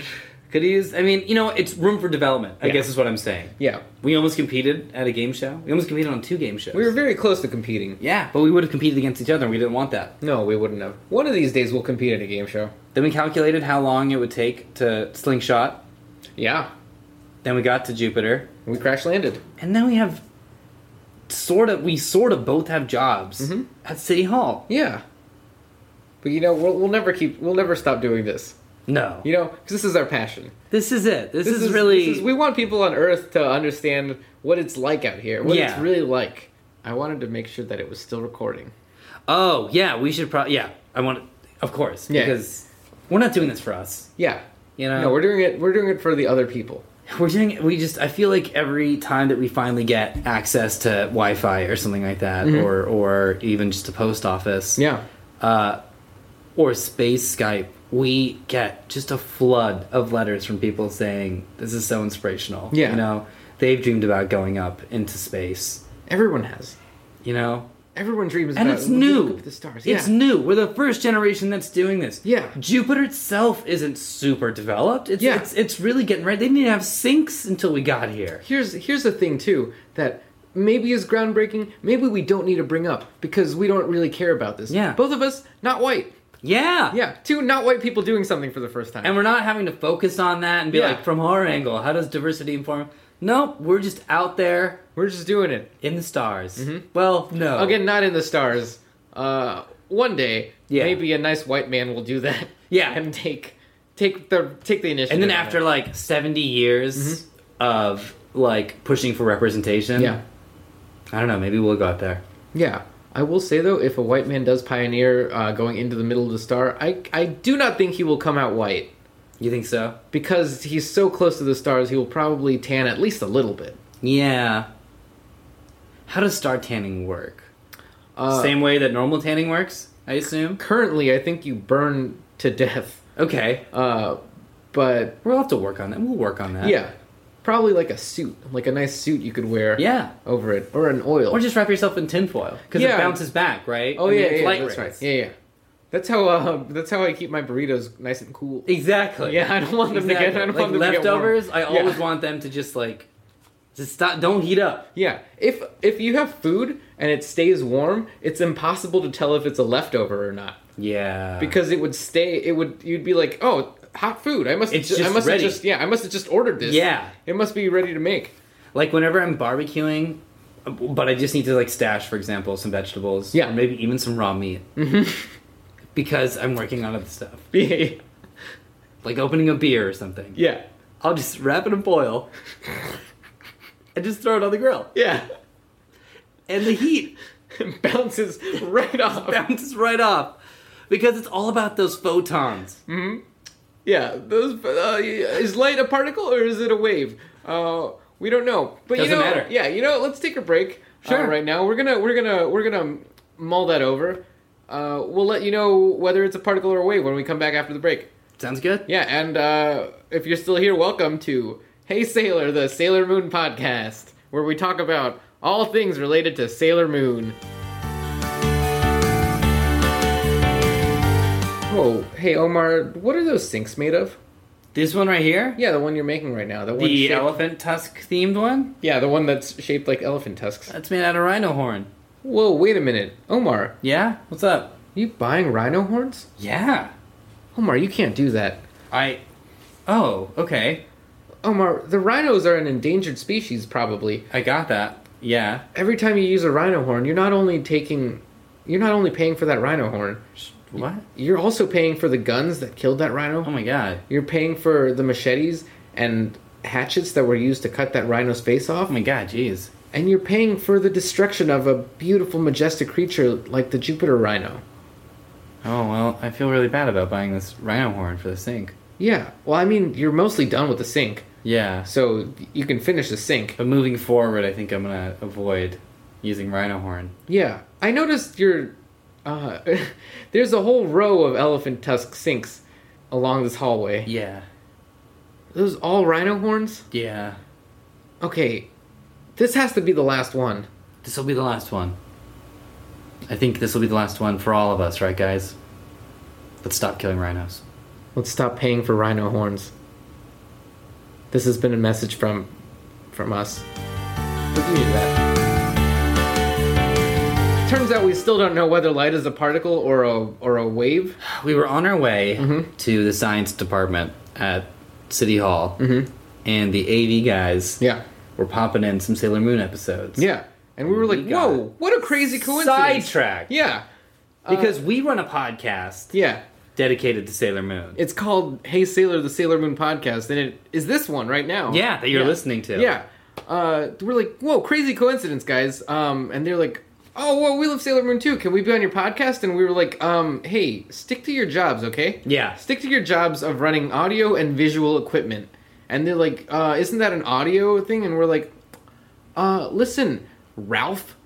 [SPEAKER 3] Could he use? I mean, you know, it's room for development. I
[SPEAKER 2] Yeah.
[SPEAKER 3] guess is what I'm saying.
[SPEAKER 2] Yeah.
[SPEAKER 3] We almost competed at a game show. We almost competed on two game shows.
[SPEAKER 2] We were very close to competing.
[SPEAKER 3] yeah, but we would have competed against each other. and We didn't want that.
[SPEAKER 2] No, we wouldn't have. One of these days we'll compete at a game show.
[SPEAKER 3] Then we calculated how long it would take to slingshot.
[SPEAKER 2] Yeah.
[SPEAKER 3] Then we got to Jupiter,
[SPEAKER 2] We crash landed.
[SPEAKER 3] and then we have sort of we sort of both have jobs
[SPEAKER 2] Mhm.
[SPEAKER 3] at City Hall.
[SPEAKER 2] Yeah. But you know, we'll, we'll never keep, we'll never stop doing this.
[SPEAKER 3] No,
[SPEAKER 2] You know, 'cause this is our passion.
[SPEAKER 3] this is it. This, is, really
[SPEAKER 2] this is- we want people on Earth to understand what it's like out here, what it's
[SPEAKER 3] Yeah.
[SPEAKER 2] really like. I wanted to make sure that it was still recording.
[SPEAKER 3] Oh yeah, we should probably yeah. I want of course
[SPEAKER 2] Yeah.
[SPEAKER 3] because we're not doing this for us.
[SPEAKER 2] Yeah.
[SPEAKER 3] You know,
[SPEAKER 2] No, we're doing it. We're doing it for the other people.
[SPEAKER 3] We're doing. We just. I feel like every time that we finally get access to Wi-Fi or something like that, or or even just a post office,
[SPEAKER 2] Mm-hmm. Yeah.
[SPEAKER 3] Uh, or space Skype, we get just a flood of letters from people saying this is so inspirational.
[SPEAKER 2] Yeah.
[SPEAKER 3] you know, they've dreamed about going up into space.
[SPEAKER 2] Everyone has.
[SPEAKER 3] You know,
[SPEAKER 2] Everyone dreams
[SPEAKER 3] and
[SPEAKER 2] about
[SPEAKER 3] it's
[SPEAKER 2] when you look
[SPEAKER 3] new.
[SPEAKER 2] up at The stars.
[SPEAKER 3] It's
[SPEAKER 2] yeah.
[SPEAKER 3] new. We're the first generation that's doing this.
[SPEAKER 2] Yeah.
[SPEAKER 3] Jupiter itself isn't super developed. It's,
[SPEAKER 2] Yeah.
[SPEAKER 3] it's it's really getting right. They didn't even have sinks until we got here.
[SPEAKER 2] Here's here's the thing too that maybe is groundbreaking. Maybe we don't need to bring up because we don't really care about this.
[SPEAKER 3] Yeah.
[SPEAKER 2] Both of us not white.
[SPEAKER 3] Yeah.
[SPEAKER 2] Yeah. Two not white people doing something for the first time.
[SPEAKER 3] And we're not having to focus on that and be
[SPEAKER 2] Yeah.
[SPEAKER 3] like, from our angle, how does diversity inform? Nope, we're just out there
[SPEAKER 2] we're just doing it
[SPEAKER 3] in the stars. Well, no.
[SPEAKER 2] Mm-hmm. again. Not in the stars. Uh, one day,
[SPEAKER 3] Yeah.
[SPEAKER 2] maybe a nice white man will do that.
[SPEAKER 3] Yeah.
[SPEAKER 2] And take take the take the initiative.
[SPEAKER 3] and then
[SPEAKER 2] on
[SPEAKER 3] after
[SPEAKER 2] that.
[SPEAKER 3] like 70 years of like pushing for representation,
[SPEAKER 2] Mm-hmm. yeah.
[SPEAKER 3] I don't know, maybe we'll go out there.
[SPEAKER 2] Yeah. I will say though, if a white man does pioneer uh, going into the middle of the star, I I do not think he will come out white
[SPEAKER 3] You think so?
[SPEAKER 2] because he's so close to the stars. He will probably tan at least a little bit.
[SPEAKER 3] Yeah. How does star tanning work?
[SPEAKER 2] Uh,
[SPEAKER 3] Same way that normal tanning works, I assume?
[SPEAKER 2] Currently, I think you burn to death.
[SPEAKER 3] Okay.
[SPEAKER 2] Uh, but
[SPEAKER 3] We'll have to work on that. We'll work on that.
[SPEAKER 2] yeah, probably like a suit, like a nice suit you could wear.
[SPEAKER 3] Yeah.
[SPEAKER 2] Over it or an oil.
[SPEAKER 3] Or just wrap yourself in tinfoil because
[SPEAKER 2] Yeah.
[SPEAKER 3] it bounces back, right?
[SPEAKER 2] oh
[SPEAKER 3] I mean,
[SPEAKER 2] yeah,
[SPEAKER 3] it's
[SPEAKER 2] yeah,
[SPEAKER 3] light
[SPEAKER 2] that's right.
[SPEAKER 3] rays.
[SPEAKER 2] Yeah, yeah. That's how uh, that's how I keep my burritos nice and cool.
[SPEAKER 3] Exactly.
[SPEAKER 2] Yeah, I don't want them to get. I don't
[SPEAKER 3] like
[SPEAKER 2] want them
[SPEAKER 3] leftovers,
[SPEAKER 2] to
[SPEAKER 3] I
[SPEAKER 2] get warm. Yeah.
[SPEAKER 3] always want them to just like just stop. Don't heat up.
[SPEAKER 2] Yeah, if if you have food and it stays warm, it's impossible to tell if it's a leftover or not
[SPEAKER 3] Yeah.
[SPEAKER 2] because it would stay. It would you'd be like, oh, hot food. I must.
[SPEAKER 3] It's
[SPEAKER 2] ju- I
[SPEAKER 3] just
[SPEAKER 2] must have
[SPEAKER 3] ready.
[SPEAKER 2] just yeah. I must have just ordered this.
[SPEAKER 3] Yeah.
[SPEAKER 2] it must be ready to make.
[SPEAKER 3] like whenever I'm barbecuing, but I just need to like stash, for example, some vegetables.
[SPEAKER 2] Yeah. Mm-hmm.
[SPEAKER 3] Or maybe even some raw meat. Because I'm working on other stuff,
[SPEAKER 2] yeah,
[SPEAKER 3] like opening a beer or something.
[SPEAKER 2] yeah,
[SPEAKER 3] I'll just wrap it in foil and just throw it on the grill,
[SPEAKER 2] yeah.
[SPEAKER 3] and the heat
[SPEAKER 2] It bounces right off.
[SPEAKER 3] bounces right off because it's all about those photons.
[SPEAKER 2] Mm-hmm. Yeah, those. Uh, is light a particle or is it a wave? Uh, we don't know. But you
[SPEAKER 3] Doesn't
[SPEAKER 2] know,
[SPEAKER 3] matter.
[SPEAKER 2] yeah, you know, let's take a break. uh,
[SPEAKER 3] Sure.
[SPEAKER 2] right now, we're gonna we're gonna we're gonna mull that over. Uh, we'll let you know whether it's a particle or a wave when we come back after the break.
[SPEAKER 3] Sounds good.
[SPEAKER 2] Yeah, and uh, if you're still here, welcome to Hey Sailor, the Sailor Moon podcast, where we talk about all things related to Sailor Moon. Whoa, Oh, hey Omar, what are those sinks made of?
[SPEAKER 3] This one right here.
[SPEAKER 2] Yeah, the one you're making right now. The one
[SPEAKER 3] The
[SPEAKER 2] shaped-
[SPEAKER 3] elephant tusk themed one?
[SPEAKER 2] Yeah, the one that's shaped like elephant tusks.
[SPEAKER 3] That's made out of rhino horn.
[SPEAKER 2] Whoa, wait a minute. Omar,
[SPEAKER 3] Yeah? What's up?
[SPEAKER 2] you buying rhino horns?
[SPEAKER 3] Yeah.
[SPEAKER 2] Omar, you can't do that.
[SPEAKER 3] I. Oh, okay.
[SPEAKER 2] Omar, the rhinos are an endangered species, probably.
[SPEAKER 3] I got that. Yeah.
[SPEAKER 2] Every time you use a rhino horn, you're not only taking you're not only paying for that rhino horn,
[SPEAKER 3] Sh- What?
[SPEAKER 2] you're also paying for the guns that killed that rhino.
[SPEAKER 3] Oh my god.
[SPEAKER 2] You're paying for the machetes and hatchets that were used to cut that rhino's face off.
[SPEAKER 3] Oh my god, jeez.
[SPEAKER 2] And you're paying for the destruction of a beautiful, majestic creature like the Jupiter rhino.
[SPEAKER 3] Oh, well, I feel really bad about buying this rhino horn for the sink.
[SPEAKER 2] Yeah. Well, I mean, you're mostly done with the sink,
[SPEAKER 3] Yeah.
[SPEAKER 2] so you can finish the sink.
[SPEAKER 3] But moving forward, I think I'm gonna avoid using rhino horn.
[SPEAKER 2] Yeah. I noticed your. Uh, there's a whole row of elephant tusk sinks along this hallway.
[SPEAKER 3] Yeah.
[SPEAKER 2] Those all rhino horns?
[SPEAKER 3] Yeah.
[SPEAKER 2] Okay. This has to be the last one.
[SPEAKER 3] This will be the last one. I think this will be the last one for all of us, right, guys? Let's stop killing rhinos.
[SPEAKER 2] Let's stop paying for rhino horns. This has been a message from from us. We can use that. Turns out we still don't know whether light is a particle or a or a wave.
[SPEAKER 3] We were on our way to the science department at City Hall, and the AV guys
[SPEAKER 2] Yeah.
[SPEAKER 3] were popping in some Sailor Moon episodes.
[SPEAKER 2] Yeah. And we were like,
[SPEAKER 3] We got
[SPEAKER 2] "Whoa, what a crazy coincidence."
[SPEAKER 3] Sidetrack.
[SPEAKER 2] Yeah.
[SPEAKER 3] Because we run a podcast
[SPEAKER 2] Yeah.
[SPEAKER 3] dedicated to Sailor Moon.
[SPEAKER 2] It's called Hey Sailor the Sailor Moon podcast and it is this one right now.
[SPEAKER 3] yeah, that you're listening to.
[SPEAKER 2] Yeah. Uh, we're like, whoa, crazy coincidence, guys. Um, and they're like, oh, well, we love Sailor Moon too. Can we be on your podcast? And we were like, um, hey, stick to your jobs, okay?
[SPEAKER 3] Yeah.
[SPEAKER 2] Stick to your jobs of running audio and visual equipment. And they're like, uh, isn't that an audio thing? And we're like, uh, listen, Ralph,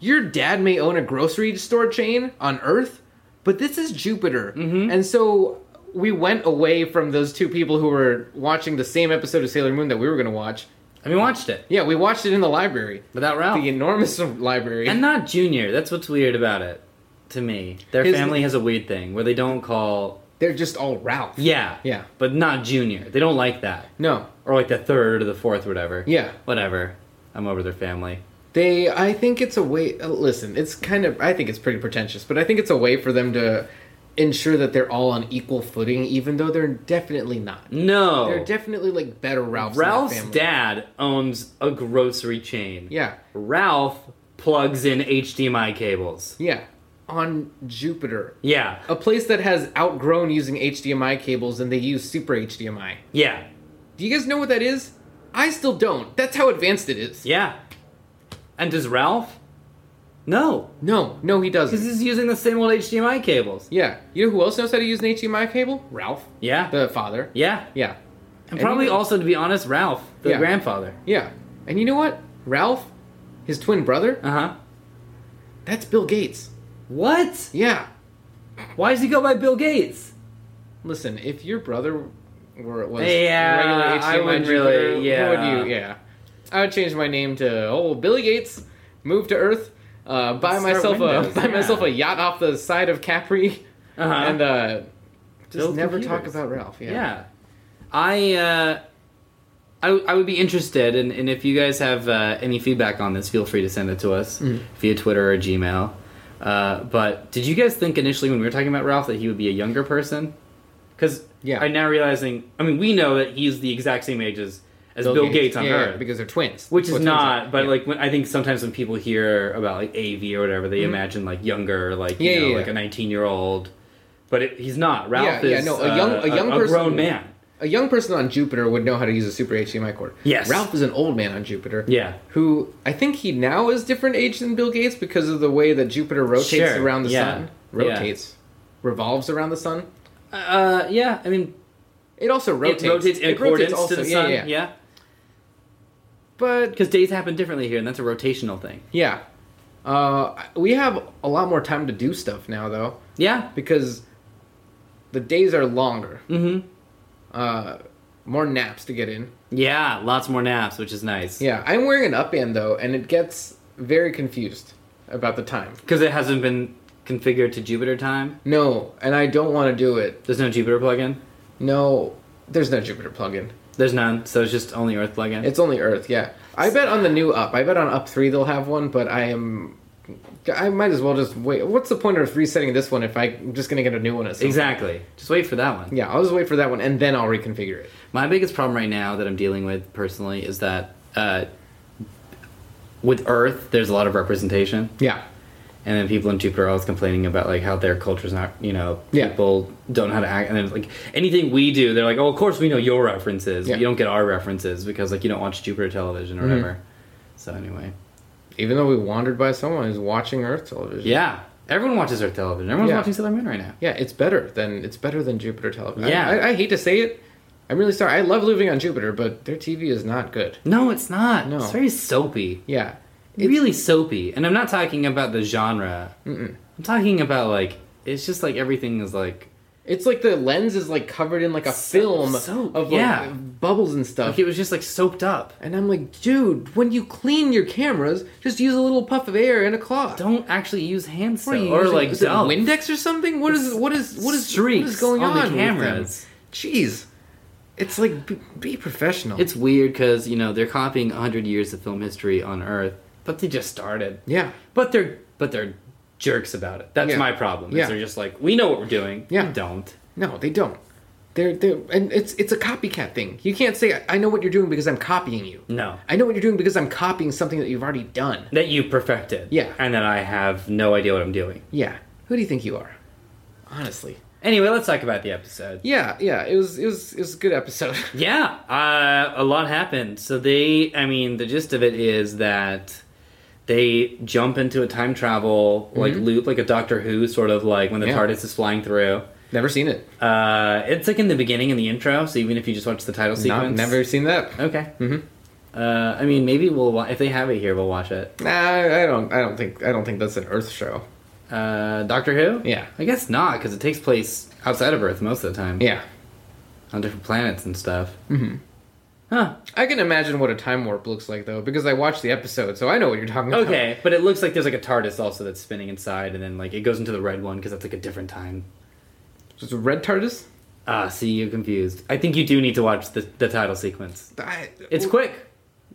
[SPEAKER 2] your dad may own a grocery store chain on Earth, but this is Jupiter.
[SPEAKER 3] Mm-hmm.
[SPEAKER 2] And so we went away from those two people who were watching the same episode of Sailor Moon that we were going to watch.
[SPEAKER 3] And we watched it
[SPEAKER 2] Yeah, we watched it in the library,
[SPEAKER 3] without Ralph.
[SPEAKER 2] the enormous library.
[SPEAKER 3] and not Junior. That's what's weird about it to me. Their
[SPEAKER 2] His-
[SPEAKER 3] family has a weird thing where they don't call.
[SPEAKER 2] They're just all Ralph.
[SPEAKER 3] Yeah.
[SPEAKER 2] Yeah.
[SPEAKER 3] But not Junior. They don't like that.
[SPEAKER 2] No.
[SPEAKER 3] Or like the third or the fourth, whatever.
[SPEAKER 2] Yeah.
[SPEAKER 3] Whatever. I'm over their family.
[SPEAKER 2] They, I think it's a way. uh, Listen, it's kind of. I think it's pretty pretentious, but I think it's a way for them to ensure that they're all on equal footing, even though they're definitely not.
[SPEAKER 3] No.
[SPEAKER 2] They're definitely like better Ralphs. in that
[SPEAKER 3] Ralph's
[SPEAKER 2] family.
[SPEAKER 3] dad owns a grocery chain.
[SPEAKER 2] Yeah,
[SPEAKER 3] Ralph plugs in HDMI cables.
[SPEAKER 2] yeah. On Jupiter,
[SPEAKER 3] Yeah.
[SPEAKER 2] a place that has outgrown using HDMI cables, and they use Super HDMI.
[SPEAKER 3] Yeah.
[SPEAKER 2] Do you guys know what that is? I still don't. That's how advanced it is.
[SPEAKER 3] Yeah. And does Ralph? No.
[SPEAKER 2] No, no, he
[SPEAKER 3] Because
[SPEAKER 2] doesn't.
[SPEAKER 3] he's using the same old HDMI cables.
[SPEAKER 2] Yeah. You know who else knows how to use an HDMI cable? Ralph,
[SPEAKER 3] Yeah.
[SPEAKER 2] the father.
[SPEAKER 3] yeah.
[SPEAKER 2] Yeah.
[SPEAKER 3] And probably
[SPEAKER 2] you know-
[SPEAKER 3] also, to be honest, Ralph, the
[SPEAKER 2] Yeah.
[SPEAKER 3] grandfather.
[SPEAKER 2] Yeah. And you know what? Ralph, his twin brother,
[SPEAKER 3] Uh huh.
[SPEAKER 2] that's Bill Gates.
[SPEAKER 3] What?
[SPEAKER 2] Yeah.
[SPEAKER 3] Why does he go by Bill Gates?
[SPEAKER 2] Listen, if your brother were was
[SPEAKER 3] Yeah,
[SPEAKER 2] regular HDMI
[SPEAKER 3] I wouldn't
[SPEAKER 2] Jupiter,
[SPEAKER 3] really-
[SPEAKER 2] what
[SPEAKER 3] yeah.
[SPEAKER 2] would you? Yeah, I would change my name to oh Billy Gates, move to Earth, uh, buy
[SPEAKER 3] Start
[SPEAKER 2] myself
[SPEAKER 3] Windows,
[SPEAKER 2] a buy
[SPEAKER 3] yeah.
[SPEAKER 2] myself a yacht off the side of Capri,
[SPEAKER 3] Uh-huh.
[SPEAKER 2] and uh, just
[SPEAKER 3] Build
[SPEAKER 2] never talk
[SPEAKER 3] computers.
[SPEAKER 2] about Ralph. Yeah.
[SPEAKER 3] Yeah. I, uh, I, w- I would be interested, and, and if you guys have uh, any feedback on this, feel free to send it to us
[SPEAKER 2] Mm.
[SPEAKER 3] via Twitter or Gmail. Uh, but did you guys think initially when we were talking about Ralph that he would be a younger person? Because
[SPEAKER 2] Yeah.
[SPEAKER 3] I'm now realizing, I mean, we know that he's the exact same age as, as Bill, Gates, on
[SPEAKER 2] yeah, yeah,
[SPEAKER 3] Earth.
[SPEAKER 2] because they're twins,
[SPEAKER 3] which is
[SPEAKER 2] Well, twins
[SPEAKER 3] not,
[SPEAKER 2] are-
[SPEAKER 3] but
[SPEAKER 2] yeah.
[SPEAKER 3] like when I think sometimes when people hear about like AV or whatever, they imagine like younger, like
[SPEAKER 2] Mm-hmm. Yeah,
[SPEAKER 3] you know,
[SPEAKER 2] yeah,
[SPEAKER 3] like
[SPEAKER 2] yeah.
[SPEAKER 3] a nineteen-year-old. But it, he's not. Ralph
[SPEAKER 2] Yeah, yeah,
[SPEAKER 3] is
[SPEAKER 2] no, a young-
[SPEAKER 3] uh,
[SPEAKER 2] a young person-
[SPEAKER 3] grown man.
[SPEAKER 2] a young person on Jupiter would know how to use a super HDMI cord.
[SPEAKER 3] Yes.
[SPEAKER 2] Ralph is an old man on Jupiter.
[SPEAKER 3] Yeah.
[SPEAKER 2] who I think he now is different age than Bill Gates because of the way that Jupiter rotates
[SPEAKER 3] Sure,
[SPEAKER 2] around the
[SPEAKER 3] yeah,
[SPEAKER 2] sun.
[SPEAKER 3] yeah.
[SPEAKER 2] Rotates, revolves around the sun.
[SPEAKER 3] Uh, yeah, I mean,
[SPEAKER 2] It also rotates.
[SPEAKER 3] it rotates in
[SPEAKER 2] It
[SPEAKER 3] accordance
[SPEAKER 2] also-
[SPEAKER 3] to the
[SPEAKER 2] yeah,
[SPEAKER 3] sun.
[SPEAKER 2] Yeah,
[SPEAKER 3] Yeah,
[SPEAKER 2] yeah. but
[SPEAKER 3] because days happen differently here, and that's a rotational thing.
[SPEAKER 2] yeah, uh, we have a lot more time to do stuff now though
[SPEAKER 3] Yeah,
[SPEAKER 2] because the days are longer.
[SPEAKER 3] Mhm.
[SPEAKER 2] Uh, more naps to get in.
[SPEAKER 3] yeah, lots more naps, which is nice.
[SPEAKER 2] Yeah, I'm wearing an up band though, and it gets very confused about the time.
[SPEAKER 3] because it hasn't been configured to Jupiter time.
[SPEAKER 2] No, and I don't want to do it
[SPEAKER 3] There's no Jupiter plugin.
[SPEAKER 2] No, there's no Jupiter plugin.
[SPEAKER 3] There's none, so it's just only Earth plugin.
[SPEAKER 2] It's only Earth. Yeah, I bet on the new Up. I bet on Up three they'll have one, but I am. I might as well just wait. What's the point of resetting this one if I- I'm just gonna get a new one? At some
[SPEAKER 3] exactly. Just wait for that one.
[SPEAKER 2] Yeah, I'll just wait for that one and then I'll reconfigure it.
[SPEAKER 3] My biggest problem right now that I'm dealing with personally is that uh, with Earth, there's a lot of representation,
[SPEAKER 2] Yeah,
[SPEAKER 3] and then people in Jupiter are always complaining about like how their culture's not, you know,
[SPEAKER 2] Yeah.
[SPEAKER 3] people don't know how to act, and then like anything we do, they're like, oh, of course we know your references,
[SPEAKER 2] Yeah. Mm-hmm.
[SPEAKER 3] but you don't get our references because like you don't watch Jupiter television or whatever. So anyway,
[SPEAKER 2] even though we wandered by someone who's watching Earth television.
[SPEAKER 3] yeah, everyone watches Earth television. Everyone's
[SPEAKER 2] Yeah.
[SPEAKER 3] watching Sailor Moon right now.
[SPEAKER 2] yeah, it's better than it's better than Jupiter television.
[SPEAKER 3] Yeah.
[SPEAKER 2] I, I, I hate to say it. I'm really sorry. I love living on Jupiter, but their TV is not good.
[SPEAKER 3] No, it's not.
[SPEAKER 2] No.
[SPEAKER 3] It's very soapy.
[SPEAKER 2] Yeah,
[SPEAKER 3] really soapy. And I'm not talking about the genre. I'm talking about like it's just like everything is like
[SPEAKER 2] It's like the lens is like covered in like a
[SPEAKER 3] So-
[SPEAKER 2] film
[SPEAKER 3] so-
[SPEAKER 2] of like
[SPEAKER 3] yeah.
[SPEAKER 2] bubbles and stuff.
[SPEAKER 3] Like it was just like soaked up.
[SPEAKER 2] And I'm like, dude, when you clean your cameras, just use a little puff of air and a cloth.
[SPEAKER 3] Don't actually use hand
[SPEAKER 2] What are
[SPEAKER 3] soap
[SPEAKER 2] you
[SPEAKER 3] or
[SPEAKER 2] using-
[SPEAKER 3] like
[SPEAKER 2] is it
[SPEAKER 3] Dove.
[SPEAKER 2] Windex or something? What is what is what is what is
[SPEAKER 3] Streaks
[SPEAKER 2] going
[SPEAKER 3] on
[SPEAKER 2] on,
[SPEAKER 3] the
[SPEAKER 2] with them?
[SPEAKER 3] cameras.
[SPEAKER 2] Jeez, it's like be, be professional.
[SPEAKER 3] It's weird because you know they're copying 100 years of film history on Earth, but they just started.
[SPEAKER 2] yeah,
[SPEAKER 3] But they're but they're jerks about it. That's
[SPEAKER 2] Yeah.
[SPEAKER 3] my problem. Is
[SPEAKER 2] Yeah.
[SPEAKER 3] they're just like we know what we're doing.
[SPEAKER 2] Yeah.
[SPEAKER 3] We don't.
[SPEAKER 2] no, they don't. They're they are and it's it's a copycat thing. You can't say I- I know what you're doing because I'm copying you.
[SPEAKER 3] No.
[SPEAKER 2] I know what you're doing because I'm copying something that you've already done.
[SPEAKER 3] That you perfected.
[SPEAKER 2] Yeah.
[SPEAKER 3] And that I have no idea what I'm doing.
[SPEAKER 2] Yeah, who do you think you are? Honestly,
[SPEAKER 3] Anyway, let's talk about the episode.
[SPEAKER 2] yeah, yeah, it was it was it was a good episode.
[SPEAKER 3] Yeah, uh, a lot happened. So they, I mean, the gist of it is that they jump into a time travel like loop, like a Doctor Who sort of like when the
[SPEAKER 2] Mm-hmm. Yeah.
[SPEAKER 3] TARDIS is flying through.
[SPEAKER 2] Never seen it.
[SPEAKER 3] Uh, it's like in the beginning in the intro, so even if you just watch the title
[SPEAKER 2] Not,
[SPEAKER 3] sequence,
[SPEAKER 2] never seen that.
[SPEAKER 3] Okay. Mm-hmm. Uh, I mean, maybe we'll wa- if they have it here, we'll watch it.
[SPEAKER 2] Nah, I I don't. I don't think. I don't think that's an Earth show.
[SPEAKER 3] Uh, Doctor Who?
[SPEAKER 2] Yeah.
[SPEAKER 3] I guess not because it takes place outside of Earth most of the time.
[SPEAKER 2] Yeah,
[SPEAKER 3] on different planets and stuff. Mm-hmm. Huh.
[SPEAKER 2] I can imagine what a time warp looks like though, because I watched the episode, so I know what you're talking about.
[SPEAKER 3] Okay, but it looks like there's like a TARDIS also that's spinning inside, and then like it goes into the red one because that's like a different time.
[SPEAKER 2] Just a red TARDIS.
[SPEAKER 3] Ah, see, you're confused. I think you do need to watch the, the title sequence.
[SPEAKER 2] I,
[SPEAKER 3] It's quick.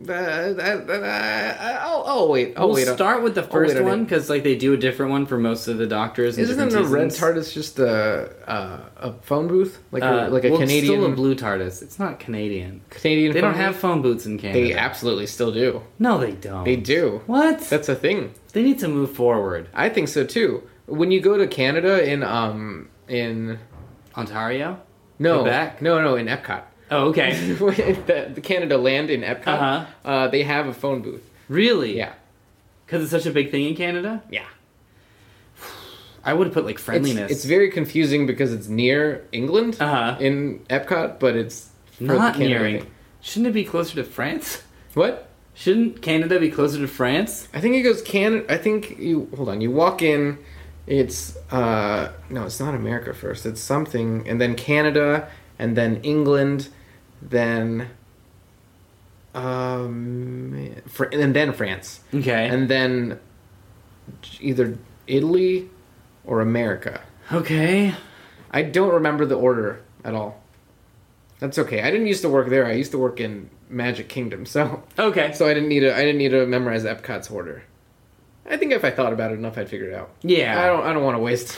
[SPEAKER 2] Uh, I, will I'll wait. I'll
[SPEAKER 3] we'll
[SPEAKER 2] wait.
[SPEAKER 3] start with the first
[SPEAKER 2] wait
[SPEAKER 3] one 'cause one
[SPEAKER 2] on it.
[SPEAKER 3] because like they do a different one for most of the doctors. in
[SPEAKER 2] Isn't a
[SPEAKER 3] different
[SPEAKER 2] red
[SPEAKER 3] seasons.
[SPEAKER 2] TARDIS just a uh, a phone booth, like a,
[SPEAKER 3] Uh,
[SPEAKER 2] like a
[SPEAKER 3] well, it's
[SPEAKER 2] Canadian
[SPEAKER 3] still a blue TARDIS. It's not Canadian.
[SPEAKER 2] Canadian?
[SPEAKER 3] They
[SPEAKER 2] phone
[SPEAKER 3] don't have
[SPEAKER 2] booth?
[SPEAKER 3] phone booths in Canada.
[SPEAKER 2] They absolutely still do.
[SPEAKER 3] no, they don't.
[SPEAKER 2] They do.
[SPEAKER 3] What?
[SPEAKER 2] That's a thing.
[SPEAKER 3] They need to move forward.
[SPEAKER 2] I think so too. When you go to Canada in um in
[SPEAKER 3] Ontario.
[SPEAKER 2] no
[SPEAKER 3] Quebec?
[SPEAKER 2] no no in Epcot.
[SPEAKER 3] Oh, okay.
[SPEAKER 2] the, the Canada land in Epcot,
[SPEAKER 3] Uh-huh.
[SPEAKER 2] uh, they have a phone booth.
[SPEAKER 3] really?
[SPEAKER 2] Yeah,
[SPEAKER 3] Because it's such a big thing in Canada.
[SPEAKER 2] yeah.
[SPEAKER 3] I would put like
[SPEAKER 2] It's,
[SPEAKER 3] friendliness.
[SPEAKER 2] it's very confusing because it's near England
[SPEAKER 3] Uh-huh.
[SPEAKER 2] in Epcot, but it's for the
[SPEAKER 3] not
[SPEAKER 2] Canada
[SPEAKER 3] near Eng-
[SPEAKER 2] thing.
[SPEAKER 3] Shouldn't it be closer to France?
[SPEAKER 2] What?
[SPEAKER 3] Shouldn't Canada be closer to France?
[SPEAKER 2] I think it goes Can. I think you hold on. You walk in. It's uh no, it's not America first. It's something, and then Canada, and then England, then um, Fr- and then France.
[SPEAKER 3] Okay.
[SPEAKER 2] and then either Italy or America.
[SPEAKER 3] okay.
[SPEAKER 2] I don't remember the order at all. That's okay. I didn't used to work there. I used to work in Magic Kingdom, so
[SPEAKER 3] Okay.
[SPEAKER 2] so I didn't need to I didn't need to memorize Epcot's order. I think if I thought about it enough, I'd figure it out.
[SPEAKER 3] Yeah.
[SPEAKER 2] I don't I don't want to waste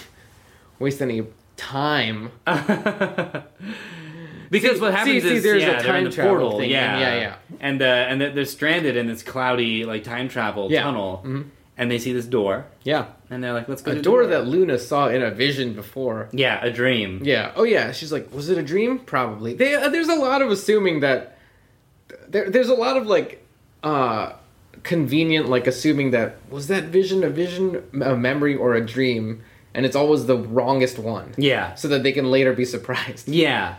[SPEAKER 2] waste any time.
[SPEAKER 3] Uh, because what happens
[SPEAKER 2] see,
[SPEAKER 3] is
[SPEAKER 2] there's a
[SPEAKER 3] yeah, they're in
[SPEAKER 2] time
[SPEAKER 3] the
[SPEAKER 2] travel
[SPEAKER 3] portal.
[SPEAKER 2] thing,
[SPEAKER 3] yeah.
[SPEAKER 2] and yeah, yeah.
[SPEAKER 3] And uh, and they're- they're stranded in this cloudy like time travel
[SPEAKER 2] Yeah.
[SPEAKER 3] tunnel, and they see this door,
[SPEAKER 2] Yeah,
[SPEAKER 3] and they're like, "Let's go."
[SPEAKER 2] a
[SPEAKER 3] to the
[SPEAKER 2] door that Luna saw in a vision before.
[SPEAKER 3] Yeah, a dream.
[SPEAKER 2] Yeah. Oh yeah. She's like, was it a dream? Probably. They, uh, there's a lot of assuming that. There, there's a lot of like, uh, convenient like assuming that was that vision a vision, a memory, or a dream, and it's always the wrongest one.
[SPEAKER 3] Yeah.
[SPEAKER 2] So that they can later be surprised.
[SPEAKER 3] Yeah.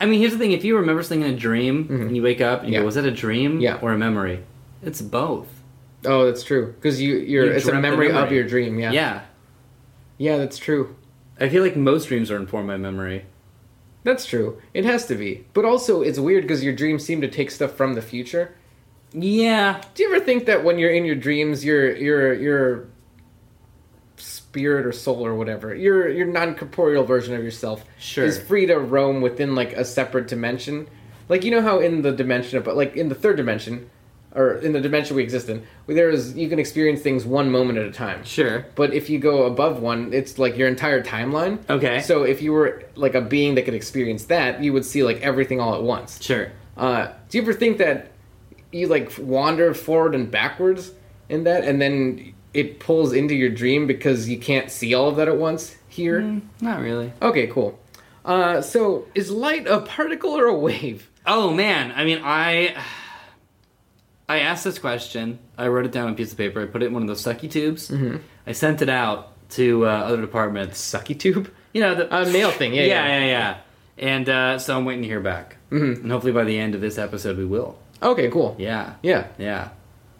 [SPEAKER 3] I mean, here's the thing: if you remember something in a dream and you wake up, and you
[SPEAKER 2] Mm-hmm. Yeah.
[SPEAKER 3] go, "Was that a dream
[SPEAKER 2] Yeah.
[SPEAKER 3] or a memory?" It's both.
[SPEAKER 2] Oh, that's true. Because you, you're,
[SPEAKER 3] You
[SPEAKER 2] it's a
[SPEAKER 3] dreamt the
[SPEAKER 2] memory, of
[SPEAKER 3] memory.
[SPEAKER 2] your dream. Yeah.
[SPEAKER 3] Yeah.
[SPEAKER 2] Yeah, that's true.
[SPEAKER 3] I feel like most dreams are informed by memory.
[SPEAKER 2] That's true. It has to be. But also, it's weird because your dreams seem to take stuff from the future.
[SPEAKER 3] Yeah.
[SPEAKER 2] Do you ever think that when you're in your dreams, your your your spirit or soul or whatever, your your non corporeal version of yourself,
[SPEAKER 3] Sure.
[SPEAKER 2] is free to roam within like a separate dimension? Like you know how in the dimension of like in the third dimension, or in the dimension we exist in, where there is you can experience things one moment at a time.
[SPEAKER 3] Sure.
[SPEAKER 2] But if you go above one, it's like your entire timeline.
[SPEAKER 3] Okay.
[SPEAKER 2] So if you were like a being that could experience that, you would see like everything all at once.
[SPEAKER 3] Sure.
[SPEAKER 2] Uh, do you ever think that you like wander forward and backwards in that, and then it pulls into your dream because you can't see all of that at once here?
[SPEAKER 3] Not really.
[SPEAKER 2] Okay, cool. Uh, so, is light a particle or a wave?
[SPEAKER 3] Oh man, I mean, I I asked this question. I wrote it down on a piece of paper. I put it in one of those sucky tubes. Mm-hmm. I sent it out to uh, other departments.
[SPEAKER 2] Sucky tube.
[SPEAKER 3] You know, the
[SPEAKER 2] Uh, mail thing, yeah,
[SPEAKER 3] yeah,
[SPEAKER 2] yeah.
[SPEAKER 3] yeah. yeah. And uh, so I'm waiting to hear back. Mm-hmm. And hopefully by the end of this episode, we will.
[SPEAKER 2] Okay, cool.
[SPEAKER 3] Yeah.
[SPEAKER 2] yeah,
[SPEAKER 3] Yeah.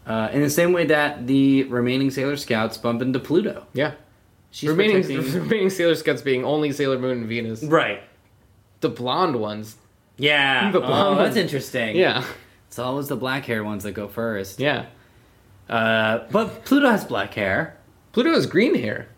[SPEAKER 3] Uh, in the same way that the remaining Sailor Scouts bump into Pluto.
[SPEAKER 2] yeah.
[SPEAKER 3] She's
[SPEAKER 2] remaining
[SPEAKER 3] protecting-
[SPEAKER 2] remaining Sailor Scouts being only Sailor Moon and Venus.
[SPEAKER 3] right.
[SPEAKER 2] The blonde ones.
[SPEAKER 3] Yeah.
[SPEAKER 2] The
[SPEAKER 3] oh,
[SPEAKER 2] blonde-
[SPEAKER 3] that's interesting.
[SPEAKER 2] Yeah,
[SPEAKER 3] It's always the black hair ones that go first.
[SPEAKER 2] yeah.
[SPEAKER 3] Uh, but Pluto has black hair.
[SPEAKER 2] Pluto has green hair.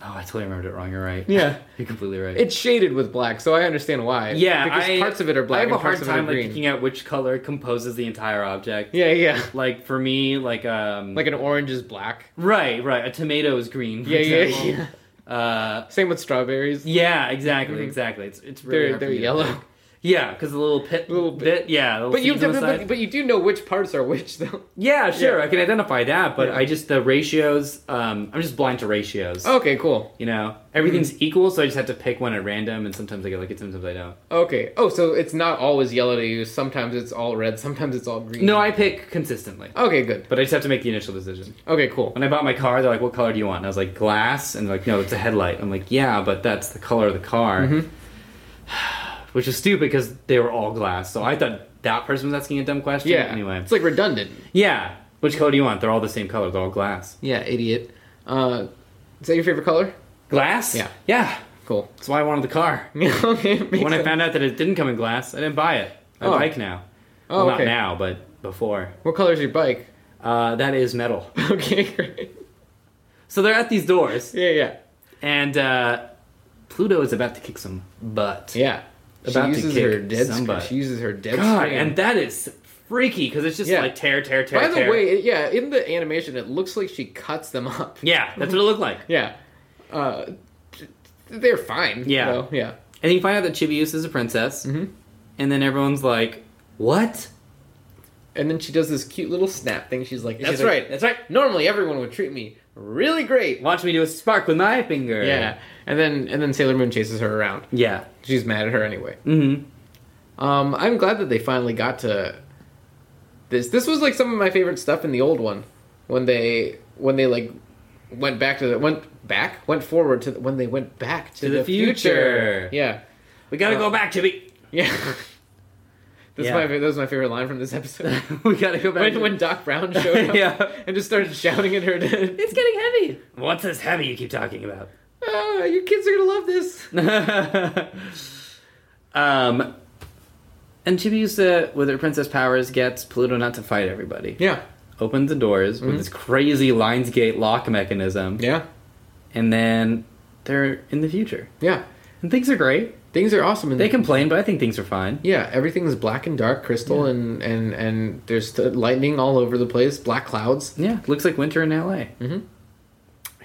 [SPEAKER 3] Oh, I totally remembered it wrong. You're right.
[SPEAKER 2] Yeah.
[SPEAKER 3] You're completely right.
[SPEAKER 2] It's shaded with black, so I understand why.
[SPEAKER 3] yeah,
[SPEAKER 2] because
[SPEAKER 3] I-
[SPEAKER 2] parts of it are black
[SPEAKER 3] I have
[SPEAKER 2] and
[SPEAKER 3] a hard
[SPEAKER 2] parts
[SPEAKER 3] time
[SPEAKER 2] of it are
[SPEAKER 3] like
[SPEAKER 2] green.
[SPEAKER 3] picking out which color composes the entire object.
[SPEAKER 2] yeah, yeah.
[SPEAKER 3] Like for me, like um,
[SPEAKER 2] Like an orange is black.
[SPEAKER 3] right, right. A tomato is green. for
[SPEAKER 2] Yeah, yeah,
[SPEAKER 3] example.
[SPEAKER 2] yeah.
[SPEAKER 3] Uh,
[SPEAKER 2] Same with strawberries.
[SPEAKER 3] yeah, exactly, exactly. It's it's really
[SPEAKER 2] They're-
[SPEAKER 3] hard for
[SPEAKER 2] they're
[SPEAKER 3] me to
[SPEAKER 2] yellow.
[SPEAKER 3] pick. Yeah, because the little pit,
[SPEAKER 2] Little bit.
[SPEAKER 3] bit, yeah. the little
[SPEAKER 2] But you,
[SPEAKER 3] seeds on the
[SPEAKER 2] do, but,
[SPEAKER 3] side.
[SPEAKER 2] but you do know which parts are which, though.
[SPEAKER 3] yeah, sure,
[SPEAKER 2] Yeah.
[SPEAKER 3] I can identify that, but
[SPEAKER 2] Yeah. Oh,
[SPEAKER 3] I just the ratios. Um, I'm just blind to ratios.
[SPEAKER 2] Okay, cool.
[SPEAKER 3] You know, everything's equal, so I just have to pick one at random, and sometimes I get like it, sometimes I don't.
[SPEAKER 2] Okay. Oh, so it's not always yellow to you. Sometimes it's all red. Sometimes it's all green.
[SPEAKER 3] No, I pick consistently,
[SPEAKER 2] Okay, good.
[SPEAKER 3] but I just have to make the initial decision.
[SPEAKER 2] Okay, cool.
[SPEAKER 3] When I bought my car, they're like, "What color do you want?" And I was like, "Glass," and they're like, "No, it's a headlight." I'm like, "Yeah, but that's the color of the car,"
[SPEAKER 2] Mm-hmm.
[SPEAKER 3] which is stupid because they were all glass. So I thought that person was asking a dumb question.
[SPEAKER 2] Yeah.
[SPEAKER 3] Anyway,
[SPEAKER 2] It's like redundant.
[SPEAKER 3] yeah. Which color do you want? They're all the same color. They're all glass.
[SPEAKER 2] Yeah, idiot. Uh, is that your favorite color?
[SPEAKER 3] Glass.
[SPEAKER 2] Yeah.
[SPEAKER 3] Yeah.
[SPEAKER 2] Cool.
[SPEAKER 3] That's why I wanted the car.
[SPEAKER 2] okay. makes
[SPEAKER 3] when I
[SPEAKER 2] sense.
[SPEAKER 3] found out that it didn't come in glass, I didn't buy it. I
[SPEAKER 2] Oh.
[SPEAKER 3] bike now.
[SPEAKER 2] Oh,
[SPEAKER 3] well,
[SPEAKER 2] okay.
[SPEAKER 3] not now, but before.
[SPEAKER 2] What color is your bike?
[SPEAKER 3] Uh, that is metal.
[SPEAKER 2] Okay, great.
[SPEAKER 3] So they're at these doors,
[SPEAKER 2] Yeah, yeah,
[SPEAKER 3] and uh, Pluto is about to kick some butt.
[SPEAKER 2] yeah.
[SPEAKER 3] About to
[SPEAKER 2] she uses
[SPEAKER 3] kick
[SPEAKER 2] her dead. sc-
[SPEAKER 3] somebody.
[SPEAKER 2] She uses her dead.
[SPEAKER 3] God,
[SPEAKER 2] screen.
[SPEAKER 3] and that is freaky because it's just
[SPEAKER 2] Yeah.
[SPEAKER 3] like tear, tear, tear.
[SPEAKER 2] by the
[SPEAKER 3] tear.
[SPEAKER 2] way, it- yeah, in the animation, it looks like she cuts them up.
[SPEAKER 3] yeah, that's what it looked like.
[SPEAKER 2] Yeah, uh, t- they're fine.
[SPEAKER 3] Yeah.
[SPEAKER 2] though. yeah.
[SPEAKER 3] And you find out that Chibius is a princess, and then everyone's like, "What?"
[SPEAKER 2] And then she does this cute little snap thing. She's like,
[SPEAKER 3] And
[SPEAKER 2] "That's
[SPEAKER 3] she's like,
[SPEAKER 2] right.
[SPEAKER 3] That's right.
[SPEAKER 2] Normally, everyone would treat me really great."
[SPEAKER 3] Watch me do a spark with my finger.
[SPEAKER 2] Yeah, and then and then Sailor Moon chases her around.
[SPEAKER 3] yeah.
[SPEAKER 2] She's mad at her anyway.
[SPEAKER 3] Mm-hmm.
[SPEAKER 2] Um, I'm glad that they finally got to this. This was like some of my favorite stuff in the old one, when they when they like went back to the went back went forward to the, when they went back to,
[SPEAKER 3] To the future.
[SPEAKER 2] Yeah,
[SPEAKER 3] We gotta
[SPEAKER 2] Uh,
[SPEAKER 3] go back, Chibi.
[SPEAKER 2] yeah. This
[SPEAKER 3] Yeah.
[SPEAKER 2] is my fa- that was my favorite line from this episode.
[SPEAKER 3] we gotta go back.
[SPEAKER 2] when
[SPEAKER 3] to-
[SPEAKER 2] when Doc Brown showed up
[SPEAKER 3] yeah.
[SPEAKER 2] and just started shouting at her, to,
[SPEAKER 3] It's getting heavy. What's this heavy you keep talking about?
[SPEAKER 2] ah, "Your kids are gonna love this."
[SPEAKER 3] um, and Chibiusa, with her princess powers, gets Pluto not to fight everybody.
[SPEAKER 2] Yeah, Mm-hmm.
[SPEAKER 3] Opens the doors with this crazy Lionsgate lock mechanism,
[SPEAKER 2] yeah,
[SPEAKER 3] and then they're in the future.
[SPEAKER 2] yeah.
[SPEAKER 3] And things are great.
[SPEAKER 2] Things are awesome. And
[SPEAKER 3] They complain, but I think things are fine.
[SPEAKER 2] Yeah, everything is black and dark, crystal, and and and there's t- lightning all over the place, black clouds.
[SPEAKER 3] Yeah, looks like winter in LA.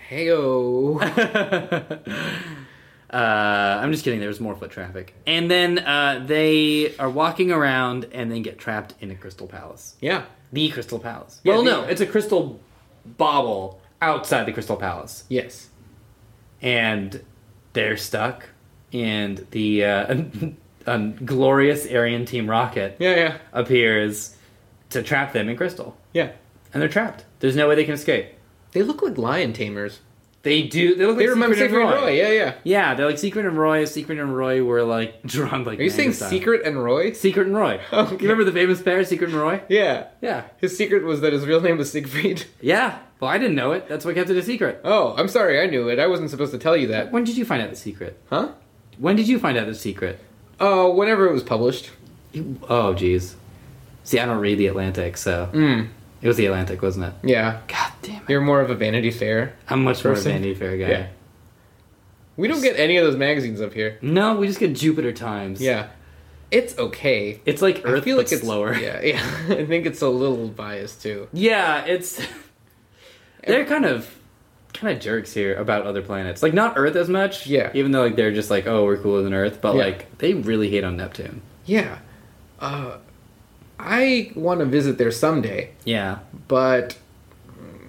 [SPEAKER 2] Heyo. Mm-hmm.
[SPEAKER 3] Uh, I'm just kidding. There was more foot traffic, and then uh, they are walking around and then get trapped in a crystal palace.
[SPEAKER 2] yeah,
[SPEAKER 3] The Crystal Palace.
[SPEAKER 2] Yeah,
[SPEAKER 3] well,
[SPEAKER 2] the-
[SPEAKER 3] no, it's a crystal bobble outside the Crystal Palace,
[SPEAKER 2] yes.
[SPEAKER 3] and they're stuck. And the uh, um, glorious Aryan Team Rocket
[SPEAKER 2] Yeah, yeah,
[SPEAKER 3] appears to trap them in crystal,
[SPEAKER 2] yeah.
[SPEAKER 3] and they're trapped. There's no way they can escape.
[SPEAKER 2] They look like lion tamers.
[SPEAKER 3] They do. They look
[SPEAKER 2] They
[SPEAKER 3] like
[SPEAKER 2] remember
[SPEAKER 3] Secret,
[SPEAKER 2] Secret and
[SPEAKER 3] and
[SPEAKER 2] Roy. Yeah, yeah.
[SPEAKER 3] Yeah, they're like Secret and Roy. Secret and Roy were like drawn like.
[SPEAKER 2] Are you saying
[SPEAKER 3] manga style.
[SPEAKER 2] Secret and Roy?
[SPEAKER 3] Secret and Roy.
[SPEAKER 2] Okay.
[SPEAKER 3] You remember the famous pair, Secret and Roy?
[SPEAKER 2] Yeah.
[SPEAKER 3] Yeah.
[SPEAKER 2] His secret was that his real name was Siegfried.
[SPEAKER 3] Yeah. Well, I didn't know it. That's what kept it a secret.
[SPEAKER 2] Oh, I'm sorry, I knew it. I wasn't supposed to tell you that.
[SPEAKER 3] When did you find out the secret?
[SPEAKER 2] Huh?
[SPEAKER 3] When did you find out the secret?
[SPEAKER 2] Oh, whenever it was published.
[SPEAKER 3] Oh, jeez. See, I don't read The Atlantic, so. It was The Atlantic, wasn't it?
[SPEAKER 2] Hmm, Yeah.
[SPEAKER 3] God damn it.
[SPEAKER 2] You're more of a Vanity Fair.
[SPEAKER 3] I'm much more of a
[SPEAKER 2] Person.
[SPEAKER 3] Vanity Fair guy.
[SPEAKER 2] Yeah. We don't get any of those magazines up here.
[SPEAKER 3] No, we just get Jupiter Times.
[SPEAKER 2] Yeah. It's okay.
[SPEAKER 3] It's like Earth,
[SPEAKER 2] I feel
[SPEAKER 3] but
[SPEAKER 2] like it's
[SPEAKER 3] slower.
[SPEAKER 2] Yeah, yeah. I think it's a little biased too.
[SPEAKER 3] Yeah, it's. they're kind of. Kind of jerks here about other planets, like not Earth as much.
[SPEAKER 2] Yeah.
[SPEAKER 3] even though like they're just like, oh, we're cooler than Earth, but
[SPEAKER 2] Yeah.
[SPEAKER 3] like they really hate on Neptune.
[SPEAKER 2] Yeah, uh, I want to visit there someday,
[SPEAKER 3] Yeah,
[SPEAKER 2] but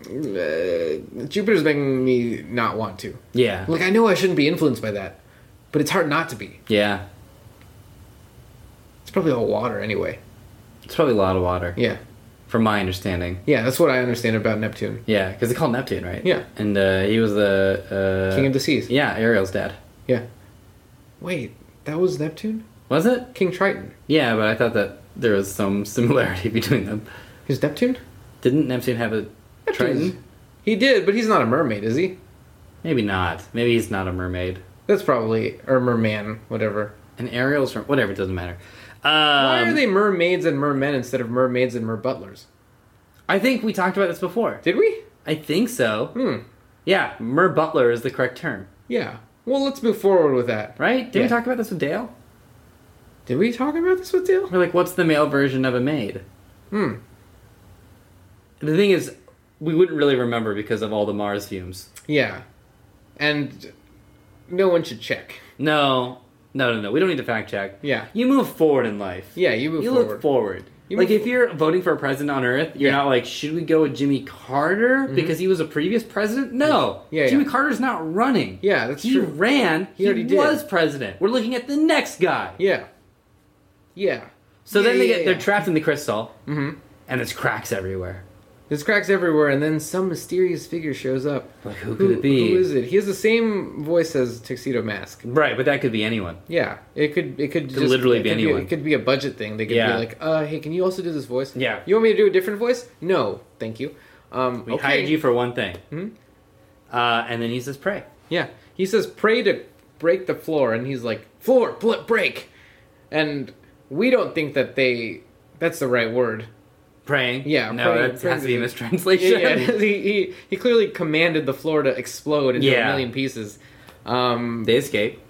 [SPEAKER 2] uh, Jupiter's making me not want to.
[SPEAKER 3] yeah,
[SPEAKER 2] Like I know I shouldn't be influenced by that, but it's hard not to be.
[SPEAKER 3] yeah.
[SPEAKER 2] It's probably all water anyway.
[SPEAKER 3] It's probably a lot of water,
[SPEAKER 2] Yeah,
[SPEAKER 3] from my understanding.
[SPEAKER 2] yeah. That's what I understand about Neptune,
[SPEAKER 3] Yeah, because they call him Neptune, right?
[SPEAKER 2] Yeah.
[SPEAKER 3] and uh, he was the uh,
[SPEAKER 2] king of the seas.
[SPEAKER 3] Yeah, Ariel's dad.
[SPEAKER 2] Yeah. Wait, that was Neptune.
[SPEAKER 3] Was it?
[SPEAKER 2] King Triton.
[SPEAKER 3] Yeah, but I thought that there was some similarity between them.
[SPEAKER 2] Is Neptune?
[SPEAKER 3] Didn't Neptune have a Triton?
[SPEAKER 2] He did, but he's not a mermaid, is he?
[SPEAKER 3] Maybe not. Maybe he's not a mermaid.
[SPEAKER 2] That's probably or merman, whatever.
[SPEAKER 3] And Ariel's from whatever. It doesn't matter. Um,
[SPEAKER 2] Why are they mermaids and mermen instead of mermaids and merbutlers?
[SPEAKER 3] I think we talked about this before.
[SPEAKER 2] Did we?
[SPEAKER 3] I think so.
[SPEAKER 2] Hmm.
[SPEAKER 3] Yeah, mer butler is the correct term,
[SPEAKER 2] Yeah. Well, let's move forward with that.
[SPEAKER 3] right? Did
[SPEAKER 2] Yeah.
[SPEAKER 3] we talk about this with Dale?
[SPEAKER 2] Did we talk about this with Dale?
[SPEAKER 3] We're like, what's the male version of a maid?
[SPEAKER 2] Hmm.
[SPEAKER 3] The thing is, we wouldn't really remember because of all the Mars fumes.
[SPEAKER 2] Yeah. And no one should check.
[SPEAKER 3] No, no, no, no. We don't need to fact check.
[SPEAKER 2] Yeah.
[SPEAKER 3] You move forward in life.
[SPEAKER 2] Yeah, you move
[SPEAKER 3] you
[SPEAKER 2] forward.
[SPEAKER 3] look forward.
[SPEAKER 2] You
[SPEAKER 3] like
[SPEAKER 2] move
[SPEAKER 3] if you're voting for a president on Earth, you're
[SPEAKER 2] Yeah. Mm-hmm.
[SPEAKER 3] not like, should we go with Jimmy Carter because he was a previous president? No,
[SPEAKER 2] Yeah,
[SPEAKER 3] Jimmy
[SPEAKER 2] yeah.
[SPEAKER 3] Carter's not running.
[SPEAKER 2] Yeah, that's
[SPEAKER 3] he
[SPEAKER 2] true.
[SPEAKER 3] ran. He,
[SPEAKER 2] already did.
[SPEAKER 3] was president. We're looking at the next guy.
[SPEAKER 2] Yeah. Yeah.
[SPEAKER 3] So
[SPEAKER 2] Yeah,
[SPEAKER 3] then they
[SPEAKER 2] yeah,
[SPEAKER 3] get
[SPEAKER 2] yeah. Mm-hmm.
[SPEAKER 3] they're trapped in the crystal, and there's cracks everywhere.
[SPEAKER 2] There's cracks everywhere, and then some mysterious figure shows up.
[SPEAKER 3] Like who could it be?
[SPEAKER 2] Who is it? He has the same voice as Tuxedo Mask.
[SPEAKER 3] Right, but that could be anyone.
[SPEAKER 2] Yeah, it could it could, just,
[SPEAKER 3] literally
[SPEAKER 2] it
[SPEAKER 3] be
[SPEAKER 2] could
[SPEAKER 3] anyone.
[SPEAKER 2] it could be a budget thing. They could
[SPEAKER 3] Yeah.
[SPEAKER 2] be like, uh, hey, can you also do this voice?
[SPEAKER 3] Yeah.
[SPEAKER 2] You want me to do a different voice? No, thank you. Um,
[SPEAKER 3] We
[SPEAKER 2] okay. Hmm?
[SPEAKER 3] hired you for one thing, uh, and then he says, "Pray."
[SPEAKER 2] Yeah, he says, "Pray to break the floor," and he's like, "Floor, pl- break," and we don't think that they. That's the right word.
[SPEAKER 3] Praying.
[SPEAKER 2] Yeah,
[SPEAKER 3] No,
[SPEAKER 2] praying-
[SPEAKER 3] that
[SPEAKER 2] praying
[SPEAKER 3] has to be a
[SPEAKER 2] is-
[SPEAKER 3] mistranslation.
[SPEAKER 2] Yeah, he, he he clearly commanded the floor to explode into
[SPEAKER 3] Yeah.
[SPEAKER 2] a million pieces. Um,
[SPEAKER 3] They escape.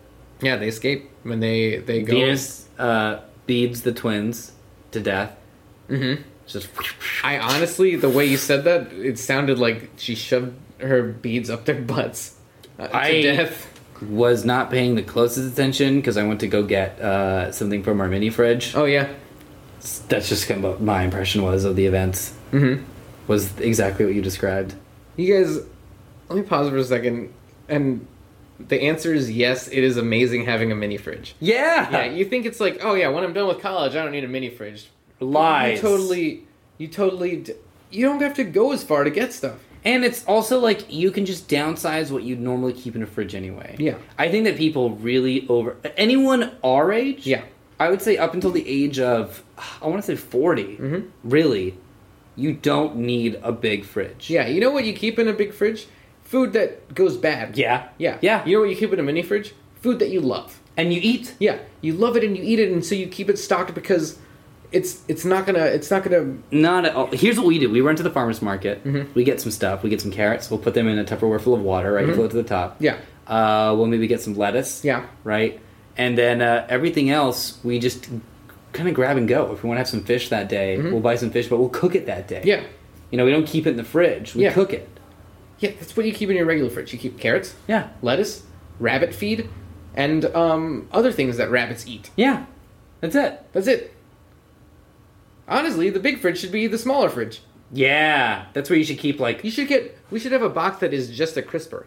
[SPEAKER 2] yeah, they escape when they they go.
[SPEAKER 3] Venus uh, beads the twins to death. Mm-hmm. Just
[SPEAKER 2] I honestly, the way you said that, it sounded like she shoved her beads up their butts uh, to
[SPEAKER 3] I-
[SPEAKER 2] death.
[SPEAKER 3] was not paying the closest attention because I went to go get uh, something from our mini fridge.
[SPEAKER 2] Oh yeah,
[SPEAKER 3] That's just kind of what my impression was of the events.
[SPEAKER 2] Mhm.
[SPEAKER 3] Was exactly what you described.
[SPEAKER 2] you guys. Let me pause for a second, and the answer is yes. It is amazing having a mini fridge.
[SPEAKER 3] Yeah.
[SPEAKER 2] Yeah, you think it's like, oh yeah, when I'm done with college, I don't need a mini fridge.
[SPEAKER 3] Lies.
[SPEAKER 2] You totally, you totally, d- you don't have to go as far to get stuff.
[SPEAKER 3] And it's also like you can just downsize what you'd normally keep in a fridge anyway.
[SPEAKER 2] Yeah.
[SPEAKER 3] I think that people really over anyone our age.
[SPEAKER 2] Yeah.
[SPEAKER 3] I would say up until the age of I want to say 40
[SPEAKER 2] Mm-hmm.
[SPEAKER 3] Really, you don't need a big fridge.
[SPEAKER 2] Yeah, you know what you keep in a big fridge? Food that goes bad.
[SPEAKER 3] Yeah.
[SPEAKER 2] Yeah.
[SPEAKER 3] Yeah.
[SPEAKER 2] You know what you keep in a mini fridge? Food that you love.
[SPEAKER 3] and you eat.
[SPEAKER 2] Yeah, you love it and you eat it, and so you keep it stocked because it's it's not gonna it's not gonna
[SPEAKER 3] Not at all. Here's what we do: we run to the farmers market.
[SPEAKER 2] Mm-hmm.
[SPEAKER 3] We get some stuff. We get some carrots. We'll put them in a Tupperware full of water. Right, float to the top.
[SPEAKER 2] Mm-hmm. Yeah.
[SPEAKER 3] Uh, we'll maybe get some lettuce.
[SPEAKER 2] Yeah.
[SPEAKER 3] Right, and then uh, everything else we just kind of grab and go. If we want to have some fish that day, we'll buy some fish, but we'll cook it that day.
[SPEAKER 2] Mm-hmm. yeah
[SPEAKER 3] You know, we don't keep it in the fridge. We
[SPEAKER 2] Yeah.
[SPEAKER 3] cook it.
[SPEAKER 2] yeah that's what you keep in your regular fridge. You keep carrots,
[SPEAKER 3] Yeah.
[SPEAKER 2] lettuce, rabbit feed, and um, other things that rabbits eat.
[SPEAKER 3] Yeah. That's it.
[SPEAKER 2] That's it. Honestly, the big fridge should be the smaller fridge.
[SPEAKER 3] Yeah. That's where you should keep like.
[SPEAKER 2] You should get we should have a box that is just a crisper.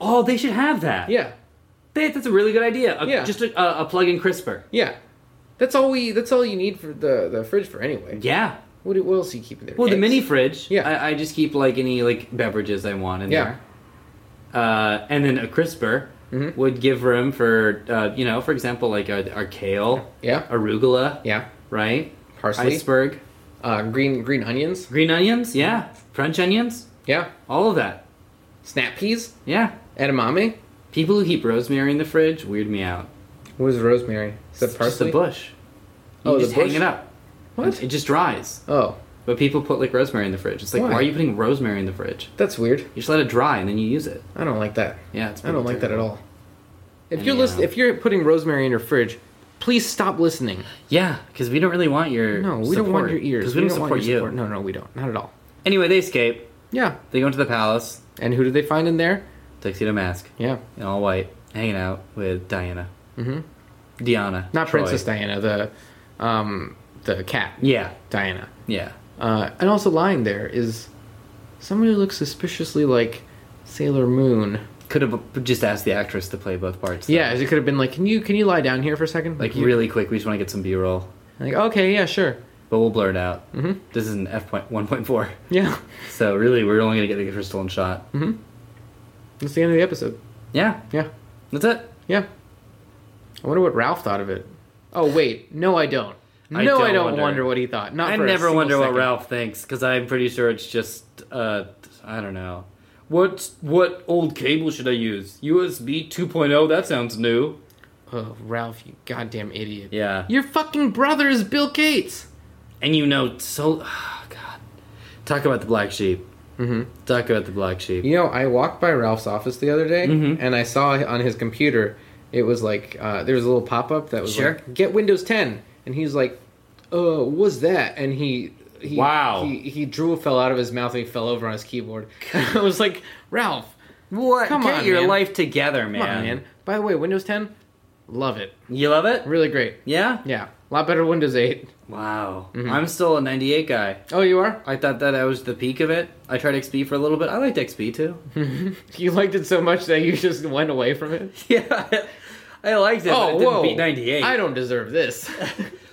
[SPEAKER 3] Oh, they should have that.
[SPEAKER 2] Yeah,
[SPEAKER 3] That- that's a really good idea. A-
[SPEAKER 2] Yeah.
[SPEAKER 3] Just a, a, a plug-in crisper.
[SPEAKER 2] yeah. That's all we. That's all you need for the the fridge for anyway.
[SPEAKER 3] Yeah.
[SPEAKER 2] What, do- what else do you keep in there?
[SPEAKER 3] Well, the
[SPEAKER 2] Eggs.
[SPEAKER 3] mini fridge.
[SPEAKER 2] Yeah.
[SPEAKER 3] I, I just keep like any like beverages I want in
[SPEAKER 2] Yeah.
[SPEAKER 3] there. Uh, and then a crisper
[SPEAKER 2] Mm-hmm.
[SPEAKER 3] would give room for uh, you know, for example, like our, our kale,
[SPEAKER 2] Yeah.
[SPEAKER 3] arugula,
[SPEAKER 2] Yeah.
[SPEAKER 3] right,
[SPEAKER 2] Parsley.
[SPEAKER 3] iceberg,
[SPEAKER 2] Uh, green green onions.
[SPEAKER 3] green onions, yeah, French onions,
[SPEAKER 2] Yeah.
[SPEAKER 3] all of that,
[SPEAKER 2] Snap peas.
[SPEAKER 3] yeah.
[SPEAKER 2] Edamame.
[SPEAKER 3] People who keep rosemary in the fridge weird me out.
[SPEAKER 2] What is rosemary? Is that
[SPEAKER 3] It's just
[SPEAKER 2] parsley?
[SPEAKER 3] a bush. You
[SPEAKER 2] Oh, the
[SPEAKER 3] just
[SPEAKER 2] bush?
[SPEAKER 3] hang it up.
[SPEAKER 2] What?
[SPEAKER 3] It just dries.
[SPEAKER 2] Oh,
[SPEAKER 3] But people put like rosemary in the fridge. It's like, why,
[SPEAKER 2] Why?
[SPEAKER 3] are you putting rosemary in the fridge?
[SPEAKER 2] that's weird.
[SPEAKER 3] You just let it dry and then you use it.
[SPEAKER 2] I don't like that.
[SPEAKER 3] Yeah, it's
[SPEAKER 2] I don't
[SPEAKER 3] pretty
[SPEAKER 2] like that at
[SPEAKER 3] terrible.
[SPEAKER 2] all. If you're
[SPEAKER 3] Yeah.
[SPEAKER 2] list- if you're putting rosemary in your fridge, please stop listening.
[SPEAKER 3] Yeah, because we don't really want your
[SPEAKER 2] No, we don't want your ears.
[SPEAKER 3] because we, don't,
[SPEAKER 2] want
[SPEAKER 3] support
[SPEAKER 2] your
[SPEAKER 3] you.
[SPEAKER 2] support. No, no, we don't. Not at all.
[SPEAKER 3] Anyway, they escape.
[SPEAKER 2] Yeah.
[SPEAKER 3] They go into the palace.
[SPEAKER 2] And who do they find in there?
[SPEAKER 3] Tuxedo mask
[SPEAKER 2] Yeah.
[SPEAKER 3] in all white, hanging out with Diana. Mm-hmm. Diana,
[SPEAKER 2] Not
[SPEAKER 3] Troy.
[SPEAKER 2] Princess Diana, the um the cat.
[SPEAKER 3] Yeah,
[SPEAKER 2] Diana.
[SPEAKER 3] yeah.
[SPEAKER 2] Uh, and also lying there is someone who looks suspiciously like Sailor Moon.
[SPEAKER 3] Could have just asked the actress to play both parts. though.
[SPEAKER 2] Yeah, it could have been like, can you can you lie down here for a second?
[SPEAKER 3] like
[SPEAKER 2] you,
[SPEAKER 3] really quick. We just want to get some B-roll,
[SPEAKER 2] Like okay, yeah, sure.
[SPEAKER 3] but we'll blur it out. Mm-hmm. This is an F point one point four.
[SPEAKER 2] Yeah.
[SPEAKER 3] So really, we're only gonna get the crystal and shot.
[SPEAKER 2] That's the end of the episode.
[SPEAKER 3] Yeah,
[SPEAKER 2] Yeah.
[SPEAKER 3] that's it.
[SPEAKER 2] Yeah. I wonder what Ralph thought of it. Oh wait, no, I don't. No,
[SPEAKER 3] I
[SPEAKER 2] I don't,
[SPEAKER 3] don't
[SPEAKER 2] wonder.
[SPEAKER 3] wonder.
[SPEAKER 2] what he thought. Not.
[SPEAKER 3] I
[SPEAKER 2] for a
[SPEAKER 3] never
[SPEAKER 2] single
[SPEAKER 3] wonder what
[SPEAKER 2] second.
[SPEAKER 3] Ralph thinks because I'm pretty sure it's just uh, I don't know. What what old cable should I use? USB 2.0. That sounds new.
[SPEAKER 2] Oh, Ralph, you goddamn idiot.
[SPEAKER 3] Yeah.
[SPEAKER 2] Your fucking brother is Bill Gates.
[SPEAKER 3] And you know, so oh, God, talk about the black sheep. Mm-hmm. Talk about the black sheep.
[SPEAKER 2] You know, I walked by Ralph's office the other day
[SPEAKER 3] Mm-hmm.
[SPEAKER 2] and I saw on his computer, it was like, uh, there was a little pop up that was
[SPEAKER 3] Sure.
[SPEAKER 2] like, get Windows 10. And he's like, uh, what's that? And he. He,
[SPEAKER 3] Wow.
[SPEAKER 2] He, he drew fell out of his mouth and he fell over on his keyboard. I was like, Ralph,
[SPEAKER 3] What?
[SPEAKER 2] Come
[SPEAKER 3] Get
[SPEAKER 2] on,
[SPEAKER 3] your
[SPEAKER 2] man.
[SPEAKER 3] life together, man.
[SPEAKER 2] come on, man. By the way, Windows 10, love it.
[SPEAKER 3] You love it?
[SPEAKER 2] Really great.
[SPEAKER 3] Yeah.
[SPEAKER 2] Yeah. A lot better than Windows 8.
[SPEAKER 3] Wow. I'm still a 98 guy.
[SPEAKER 2] Oh, you are?
[SPEAKER 3] I thought that I was the peak of it. I tried XP for a little bit. I liked XP too.
[SPEAKER 2] You liked it so much that you just went away from it?
[SPEAKER 3] yeah. I liked it. but it didn't beat 98.
[SPEAKER 2] Oh, I don't deserve this.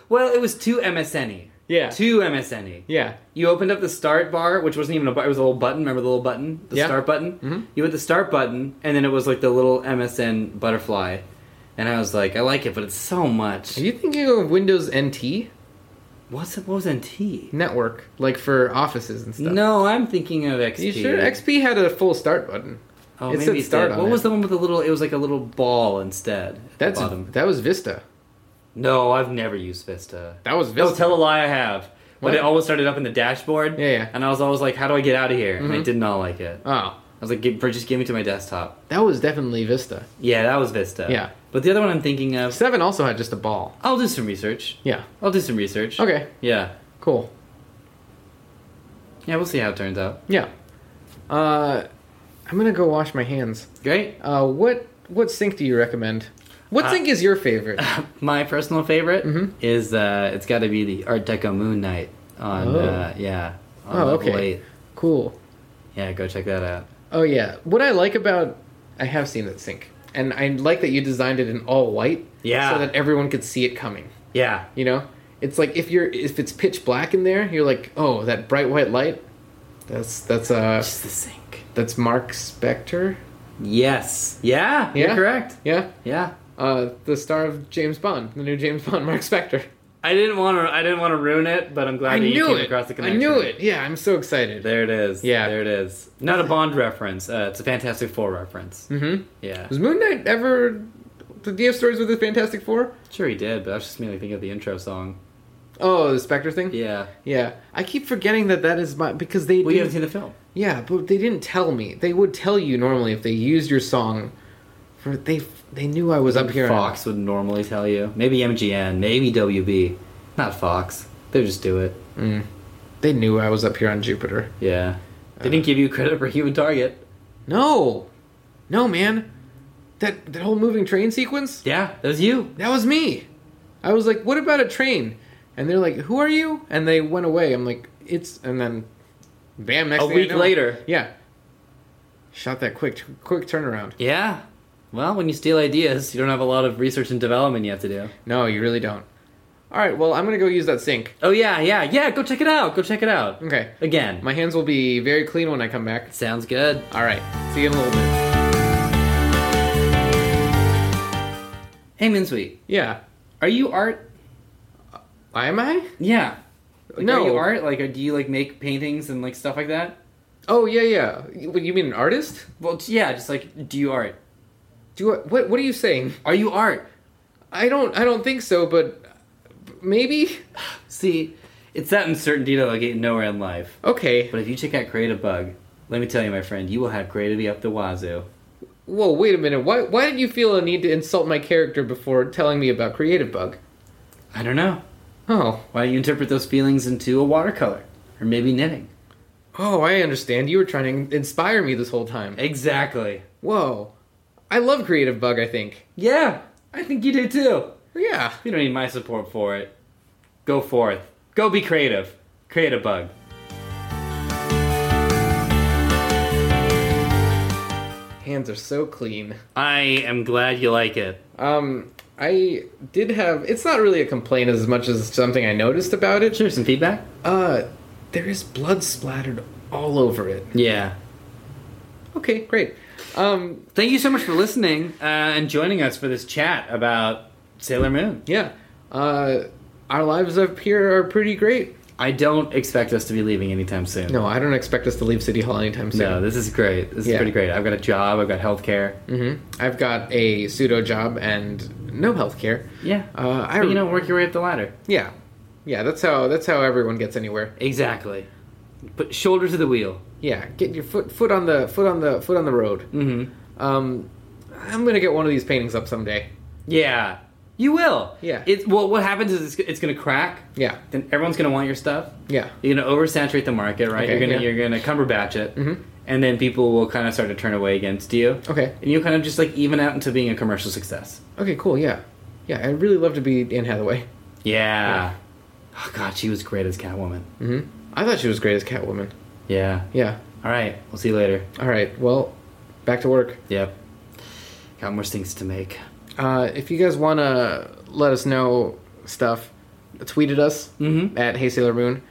[SPEAKER 3] Well, it was two MSNE.
[SPEAKER 2] Yeah.
[SPEAKER 3] E. Two MSNE.
[SPEAKER 2] yeah.
[SPEAKER 3] You opened up the start bar, which wasn't even a bar, it was a little button. Remember the little button? The
[SPEAKER 2] Yeah. Mm-hmm.
[SPEAKER 3] start button? You hit the start button, and then it was like the little MSN butterfly. And I was like, I like it, but it's so much.
[SPEAKER 2] Are you thinking of Windows NT
[SPEAKER 3] What's it? What was NT?
[SPEAKER 2] network, like for offices and stuff?
[SPEAKER 3] No, I'm thinking of XP.
[SPEAKER 2] You sure? XP had a full start button.
[SPEAKER 3] Oh,
[SPEAKER 2] It
[SPEAKER 3] maybe
[SPEAKER 2] said
[SPEAKER 3] it
[SPEAKER 2] start
[SPEAKER 3] did.
[SPEAKER 2] on
[SPEAKER 3] What
[SPEAKER 2] it.
[SPEAKER 3] was the one with the little? It was like a little ball instead. At
[SPEAKER 2] That's
[SPEAKER 3] the bottom.
[SPEAKER 2] that was Vista.
[SPEAKER 3] No, I've never used Vista.
[SPEAKER 2] That was
[SPEAKER 3] They'll
[SPEAKER 2] Vista.
[SPEAKER 3] Oh, tell a lie. I have, but
[SPEAKER 2] What?
[SPEAKER 3] it always started up in the dashboard.
[SPEAKER 2] Yeah, Mm-hmm. yeah.
[SPEAKER 3] And I was always like, "How do I get out of here?" And I did not like it. I
[SPEAKER 2] oh,
[SPEAKER 3] was like, "Give- "Just give me to my desktop."
[SPEAKER 2] that was definitely Vista.
[SPEAKER 3] Yeah, that was Vista.
[SPEAKER 2] Yeah.
[SPEAKER 3] But the other one I'm thinking of,
[SPEAKER 2] Seven also had just a ball.
[SPEAKER 3] I'll do some research.
[SPEAKER 2] Yeah.
[SPEAKER 3] I'll do some research.
[SPEAKER 2] Okay.
[SPEAKER 3] Yeah.
[SPEAKER 2] Cool.
[SPEAKER 3] Yeah, we'll see how it turns out.
[SPEAKER 2] Yeah. Uh, I'm gonna go wash my hands.
[SPEAKER 3] Great.
[SPEAKER 2] Uh, what what sink do you recommend? What
[SPEAKER 3] Uh,
[SPEAKER 2] sink is your favorite?
[SPEAKER 3] My personal favorite
[SPEAKER 2] Mm-hmm.
[SPEAKER 3] is uh, it's got to be the Art Deco Moon Knight on
[SPEAKER 2] Oh.
[SPEAKER 3] uh, yeah. On
[SPEAKER 2] Oh,
[SPEAKER 3] level
[SPEAKER 2] okay.
[SPEAKER 3] eight.
[SPEAKER 2] cool.
[SPEAKER 3] Yeah, go check that out.
[SPEAKER 2] Oh yeah. What I like about I have seen that sink, and I like that you designed it in all white.
[SPEAKER 3] Yeah.
[SPEAKER 2] So that everyone could see it coming.
[SPEAKER 3] Yeah.
[SPEAKER 2] You know, it's like if you're if it's pitch black in there, you're like, oh, that bright white light. That's that's uh
[SPEAKER 3] Just the sink.
[SPEAKER 2] that's Mark Spector.
[SPEAKER 3] Yes. Yeah,
[SPEAKER 2] Yeah?
[SPEAKER 3] You're correct.
[SPEAKER 2] Yeah.
[SPEAKER 3] Yeah.
[SPEAKER 2] Uh, the star of James Bond, the new James Bond, Mark Spector.
[SPEAKER 3] I didn't want to. I didn't want to ruin it, but I'm glad
[SPEAKER 2] I
[SPEAKER 3] that you
[SPEAKER 2] knew
[SPEAKER 3] came
[SPEAKER 2] it.
[SPEAKER 3] across the
[SPEAKER 2] I
[SPEAKER 3] connection.
[SPEAKER 2] knew it. Yeah, I'm so excited.
[SPEAKER 3] There it is.
[SPEAKER 2] Yeah.
[SPEAKER 3] There it is. Not a Bond reference. Uh, it's a Fantastic Four reference.
[SPEAKER 2] Mm-hmm.
[SPEAKER 3] Yeah.
[SPEAKER 2] Was Moon Knight ever? Did he have stories with the Fantastic Four?
[SPEAKER 3] Sure, he did, but I was just mainly thinking of the intro song.
[SPEAKER 2] Oh, the Spectre thing.
[SPEAKER 3] Yeah.
[SPEAKER 2] Yeah. I keep forgetting that that is my because they.
[SPEAKER 3] Well,
[SPEAKER 2] do-
[SPEAKER 3] you haven't seen the film.
[SPEAKER 2] Yeah, but they didn't tell me. They would tell you normally if they used your song. For they they knew I was up here.
[SPEAKER 3] Fox would normally tell you. Maybe MGN. Maybe WB. Not Fox. They just do it.
[SPEAKER 2] They knew I was up here on Jupiter.
[SPEAKER 3] Yeah. They didn't give you credit for Human Target.
[SPEAKER 2] No, no, man. That that whole moving train sequence.
[SPEAKER 3] Yeah, that was you.
[SPEAKER 2] That was me. I was like, "What about a train?" And they're like, "Who are you?" And they went away. I'm like, "It's." And then, bam! Next
[SPEAKER 3] A
[SPEAKER 2] thing I
[SPEAKER 3] week
[SPEAKER 2] know-
[SPEAKER 3] later.
[SPEAKER 2] Yeah. Shot that quick, quick turnaround.
[SPEAKER 3] Yeah. Well, when you steal ideas, you don't have a lot of research and development you have to do.
[SPEAKER 2] No, you really don't. All right. Well, I'm gonna go use that sink.
[SPEAKER 3] Oh yeah, yeah, yeah. Go check it out. Go check it out.
[SPEAKER 2] Okay.
[SPEAKER 3] Again.
[SPEAKER 2] My hands will be very clean when I come back.
[SPEAKER 3] Sounds good.
[SPEAKER 2] All right. See you in a little bit.
[SPEAKER 3] Hey, Minsweet,
[SPEAKER 2] Yeah.
[SPEAKER 3] are you art?
[SPEAKER 2] Am I?
[SPEAKER 3] Yeah. Like,
[SPEAKER 2] No.
[SPEAKER 3] Are you art? Like, do you like make paintings and like stuff like that?
[SPEAKER 2] Oh yeah, yeah. You what, you mean an artist?
[SPEAKER 3] Well, yeah. Just like, do you art?
[SPEAKER 2] Do I, what? What are you saying?
[SPEAKER 3] Are you art?
[SPEAKER 2] I don't. I don't think so. But maybe.
[SPEAKER 3] See, it's that uncertainty that'll get you nowhere in life.
[SPEAKER 2] Okay.
[SPEAKER 3] But if you check out Creative Bug, let me tell you, my friend, you will have creativity up the wazoo.
[SPEAKER 2] Whoa. Wait a minute. Why? Why did you feel a need to insult my character before telling me about Creative Bug?
[SPEAKER 3] I don't know.
[SPEAKER 2] Oh.
[SPEAKER 3] Why don't you interpret those feelings into a watercolor or maybe knitting?
[SPEAKER 2] Oh, I understand. You were trying to inspire me this whole time.
[SPEAKER 3] Exactly.
[SPEAKER 2] Whoa. I love Creative Bug. I think.
[SPEAKER 3] Yeah, I think you do too.
[SPEAKER 2] Yeah.
[SPEAKER 3] You don't need my support for it. Go forth. Go be creative. Create a bug.
[SPEAKER 2] Hands are so clean.
[SPEAKER 3] I am glad you like it.
[SPEAKER 2] Um. I did have. It's not really a complaint as much as something I noticed about it.
[SPEAKER 3] Sure, some feedback?
[SPEAKER 2] Uh, there is blood splattered all over it.
[SPEAKER 3] Yeah.
[SPEAKER 2] Okay, great. Um,
[SPEAKER 3] Thank you so much for listening uh, and joining us for this chat about Sailor Moon.
[SPEAKER 2] yeah. Uh, our lives up here are pretty great.
[SPEAKER 3] I don't expect us to be leaving anytime soon.
[SPEAKER 2] No, I don't expect us to leave City Hall anytime soon.
[SPEAKER 3] No, this is great. This
[SPEAKER 2] Yeah.
[SPEAKER 3] is pretty great. I've got a job. I've got healthcare.
[SPEAKER 2] hmm I've got a pseudo job and no health care.
[SPEAKER 3] Yeah.
[SPEAKER 2] Uh, I
[SPEAKER 3] but, you know, work your way up the ladder.
[SPEAKER 2] Yeah, yeah. That's how that's how everyone gets anywhere.
[SPEAKER 3] Exactly. Put shoulder to the wheel.
[SPEAKER 2] Yeah, get your foot foot on the foot on the foot on the road.
[SPEAKER 3] Mm-hmm.
[SPEAKER 2] Um, I'm gonna get one of these paintings up someday.
[SPEAKER 3] Yeah. You will.
[SPEAKER 2] Yeah.
[SPEAKER 3] It's well. What happens is it's, it's going to crack.
[SPEAKER 2] Yeah,
[SPEAKER 3] Then everyone's going to want your stuff.
[SPEAKER 2] yeah,
[SPEAKER 3] You're going to oversaturate the market, right?
[SPEAKER 2] Okay,
[SPEAKER 3] you're going
[SPEAKER 2] yeah.
[SPEAKER 3] to you're going to cumberbatch it,
[SPEAKER 2] Mhm.
[SPEAKER 3] and then people will kind of start to turn away against you.
[SPEAKER 2] okay,
[SPEAKER 3] And you'll kind of just like even out into being a commercial success.
[SPEAKER 2] okay, cool. Yeah, yeah. I'd really love to be Anne Hathaway.
[SPEAKER 3] Yeah. Oh God, she was great as Catwoman.
[SPEAKER 2] hmm I thought she was great as Catwoman.
[SPEAKER 3] Yeah.
[SPEAKER 2] Yeah.
[SPEAKER 3] All right. We'll see you later.
[SPEAKER 2] All right. Well, back to work.
[SPEAKER 3] Yep. Got more things to make.
[SPEAKER 2] Uh, if you guys want to let us know stuff, tweet at us
[SPEAKER 3] Mhm.
[SPEAKER 2] at Hey Sailor Moon.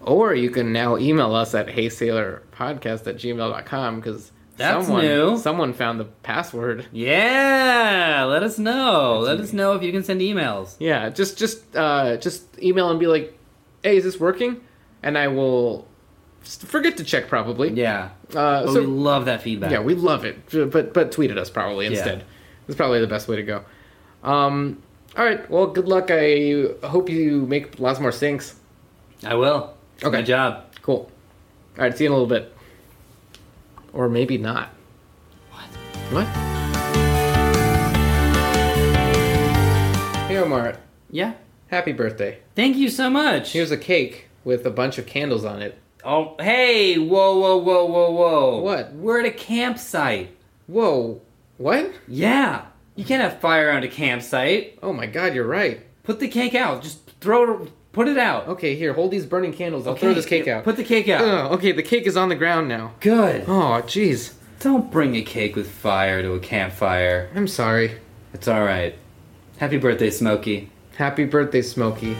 [SPEAKER 2] Or you can now email us at heysailorpodcast at gmail.com because
[SPEAKER 3] That's
[SPEAKER 2] someone,
[SPEAKER 3] new.
[SPEAKER 2] someone found the password.
[SPEAKER 3] Yeah. Let us know. let us know if you can send emails.
[SPEAKER 2] Yeah, just just uh, just email and be like, "Hey, is this working?" And I will s- forget to check probably.
[SPEAKER 3] Yeah.
[SPEAKER 2] Uh,
[SPEAKER 3] But
[SPEAKER 2] so
[SPEAKER 3] we love that feedback.
[SPEAKER 2] yeah, we love it, Ju- but but tweet at us probably instead. That's probably the best way to go. Um, all right, well, good luck. I hope you make lots more sinks.
[SPEAKER 3] I will. It's
[SPEAKER 2] Okay.
[SPEAKER 3] My job.
[SPEAKER 2] Cool. All right, see you in a little bit, or maybe not.
[SPEAKER 3] What?
[SPEAKER 2] What? Hey Omar,
[SPEAKER 3] Yeah.
[SPEAKER 2] happy birthday.
[SPEAKER 3] Thank you so much.
[SPEAKER 2] Here's a cake with a bunch of candles on it.
[SPEAKER 3] oh, hey, whoa, whoa, whoa, whoa, whoa.
[SPEAKER 2] What?
[SPEAKER 3] We're at a campsite.
[SPEAKER 2] Whoa, what?
[SPEAKER 3] Yeah. You can't have fire around a campsite.
[SPEAKER 2] Oh my God, you're right.
[SPEAKER 3] Put the cake out. Just throw it, put it out.
[SPEAKER 2] Okay, here, hold these burning candles. I'll throw this cake out.
[SPEAKER 3] Put the cake out.
[SPEAKER 2] Oh, okay, the cake is on the ground now.
[SPEAKER 3] Good.
[SPEAKER 2] Oh, jeez.
[SPEAKER 3] Don't bring a cake with fire to a campfire.
[SPEAKER 2] I'm sorry.
[SPEAKER 3] It's all right. Happy birthday, Smokey.
[SPEAKER 2] Happy birthday, Smokey.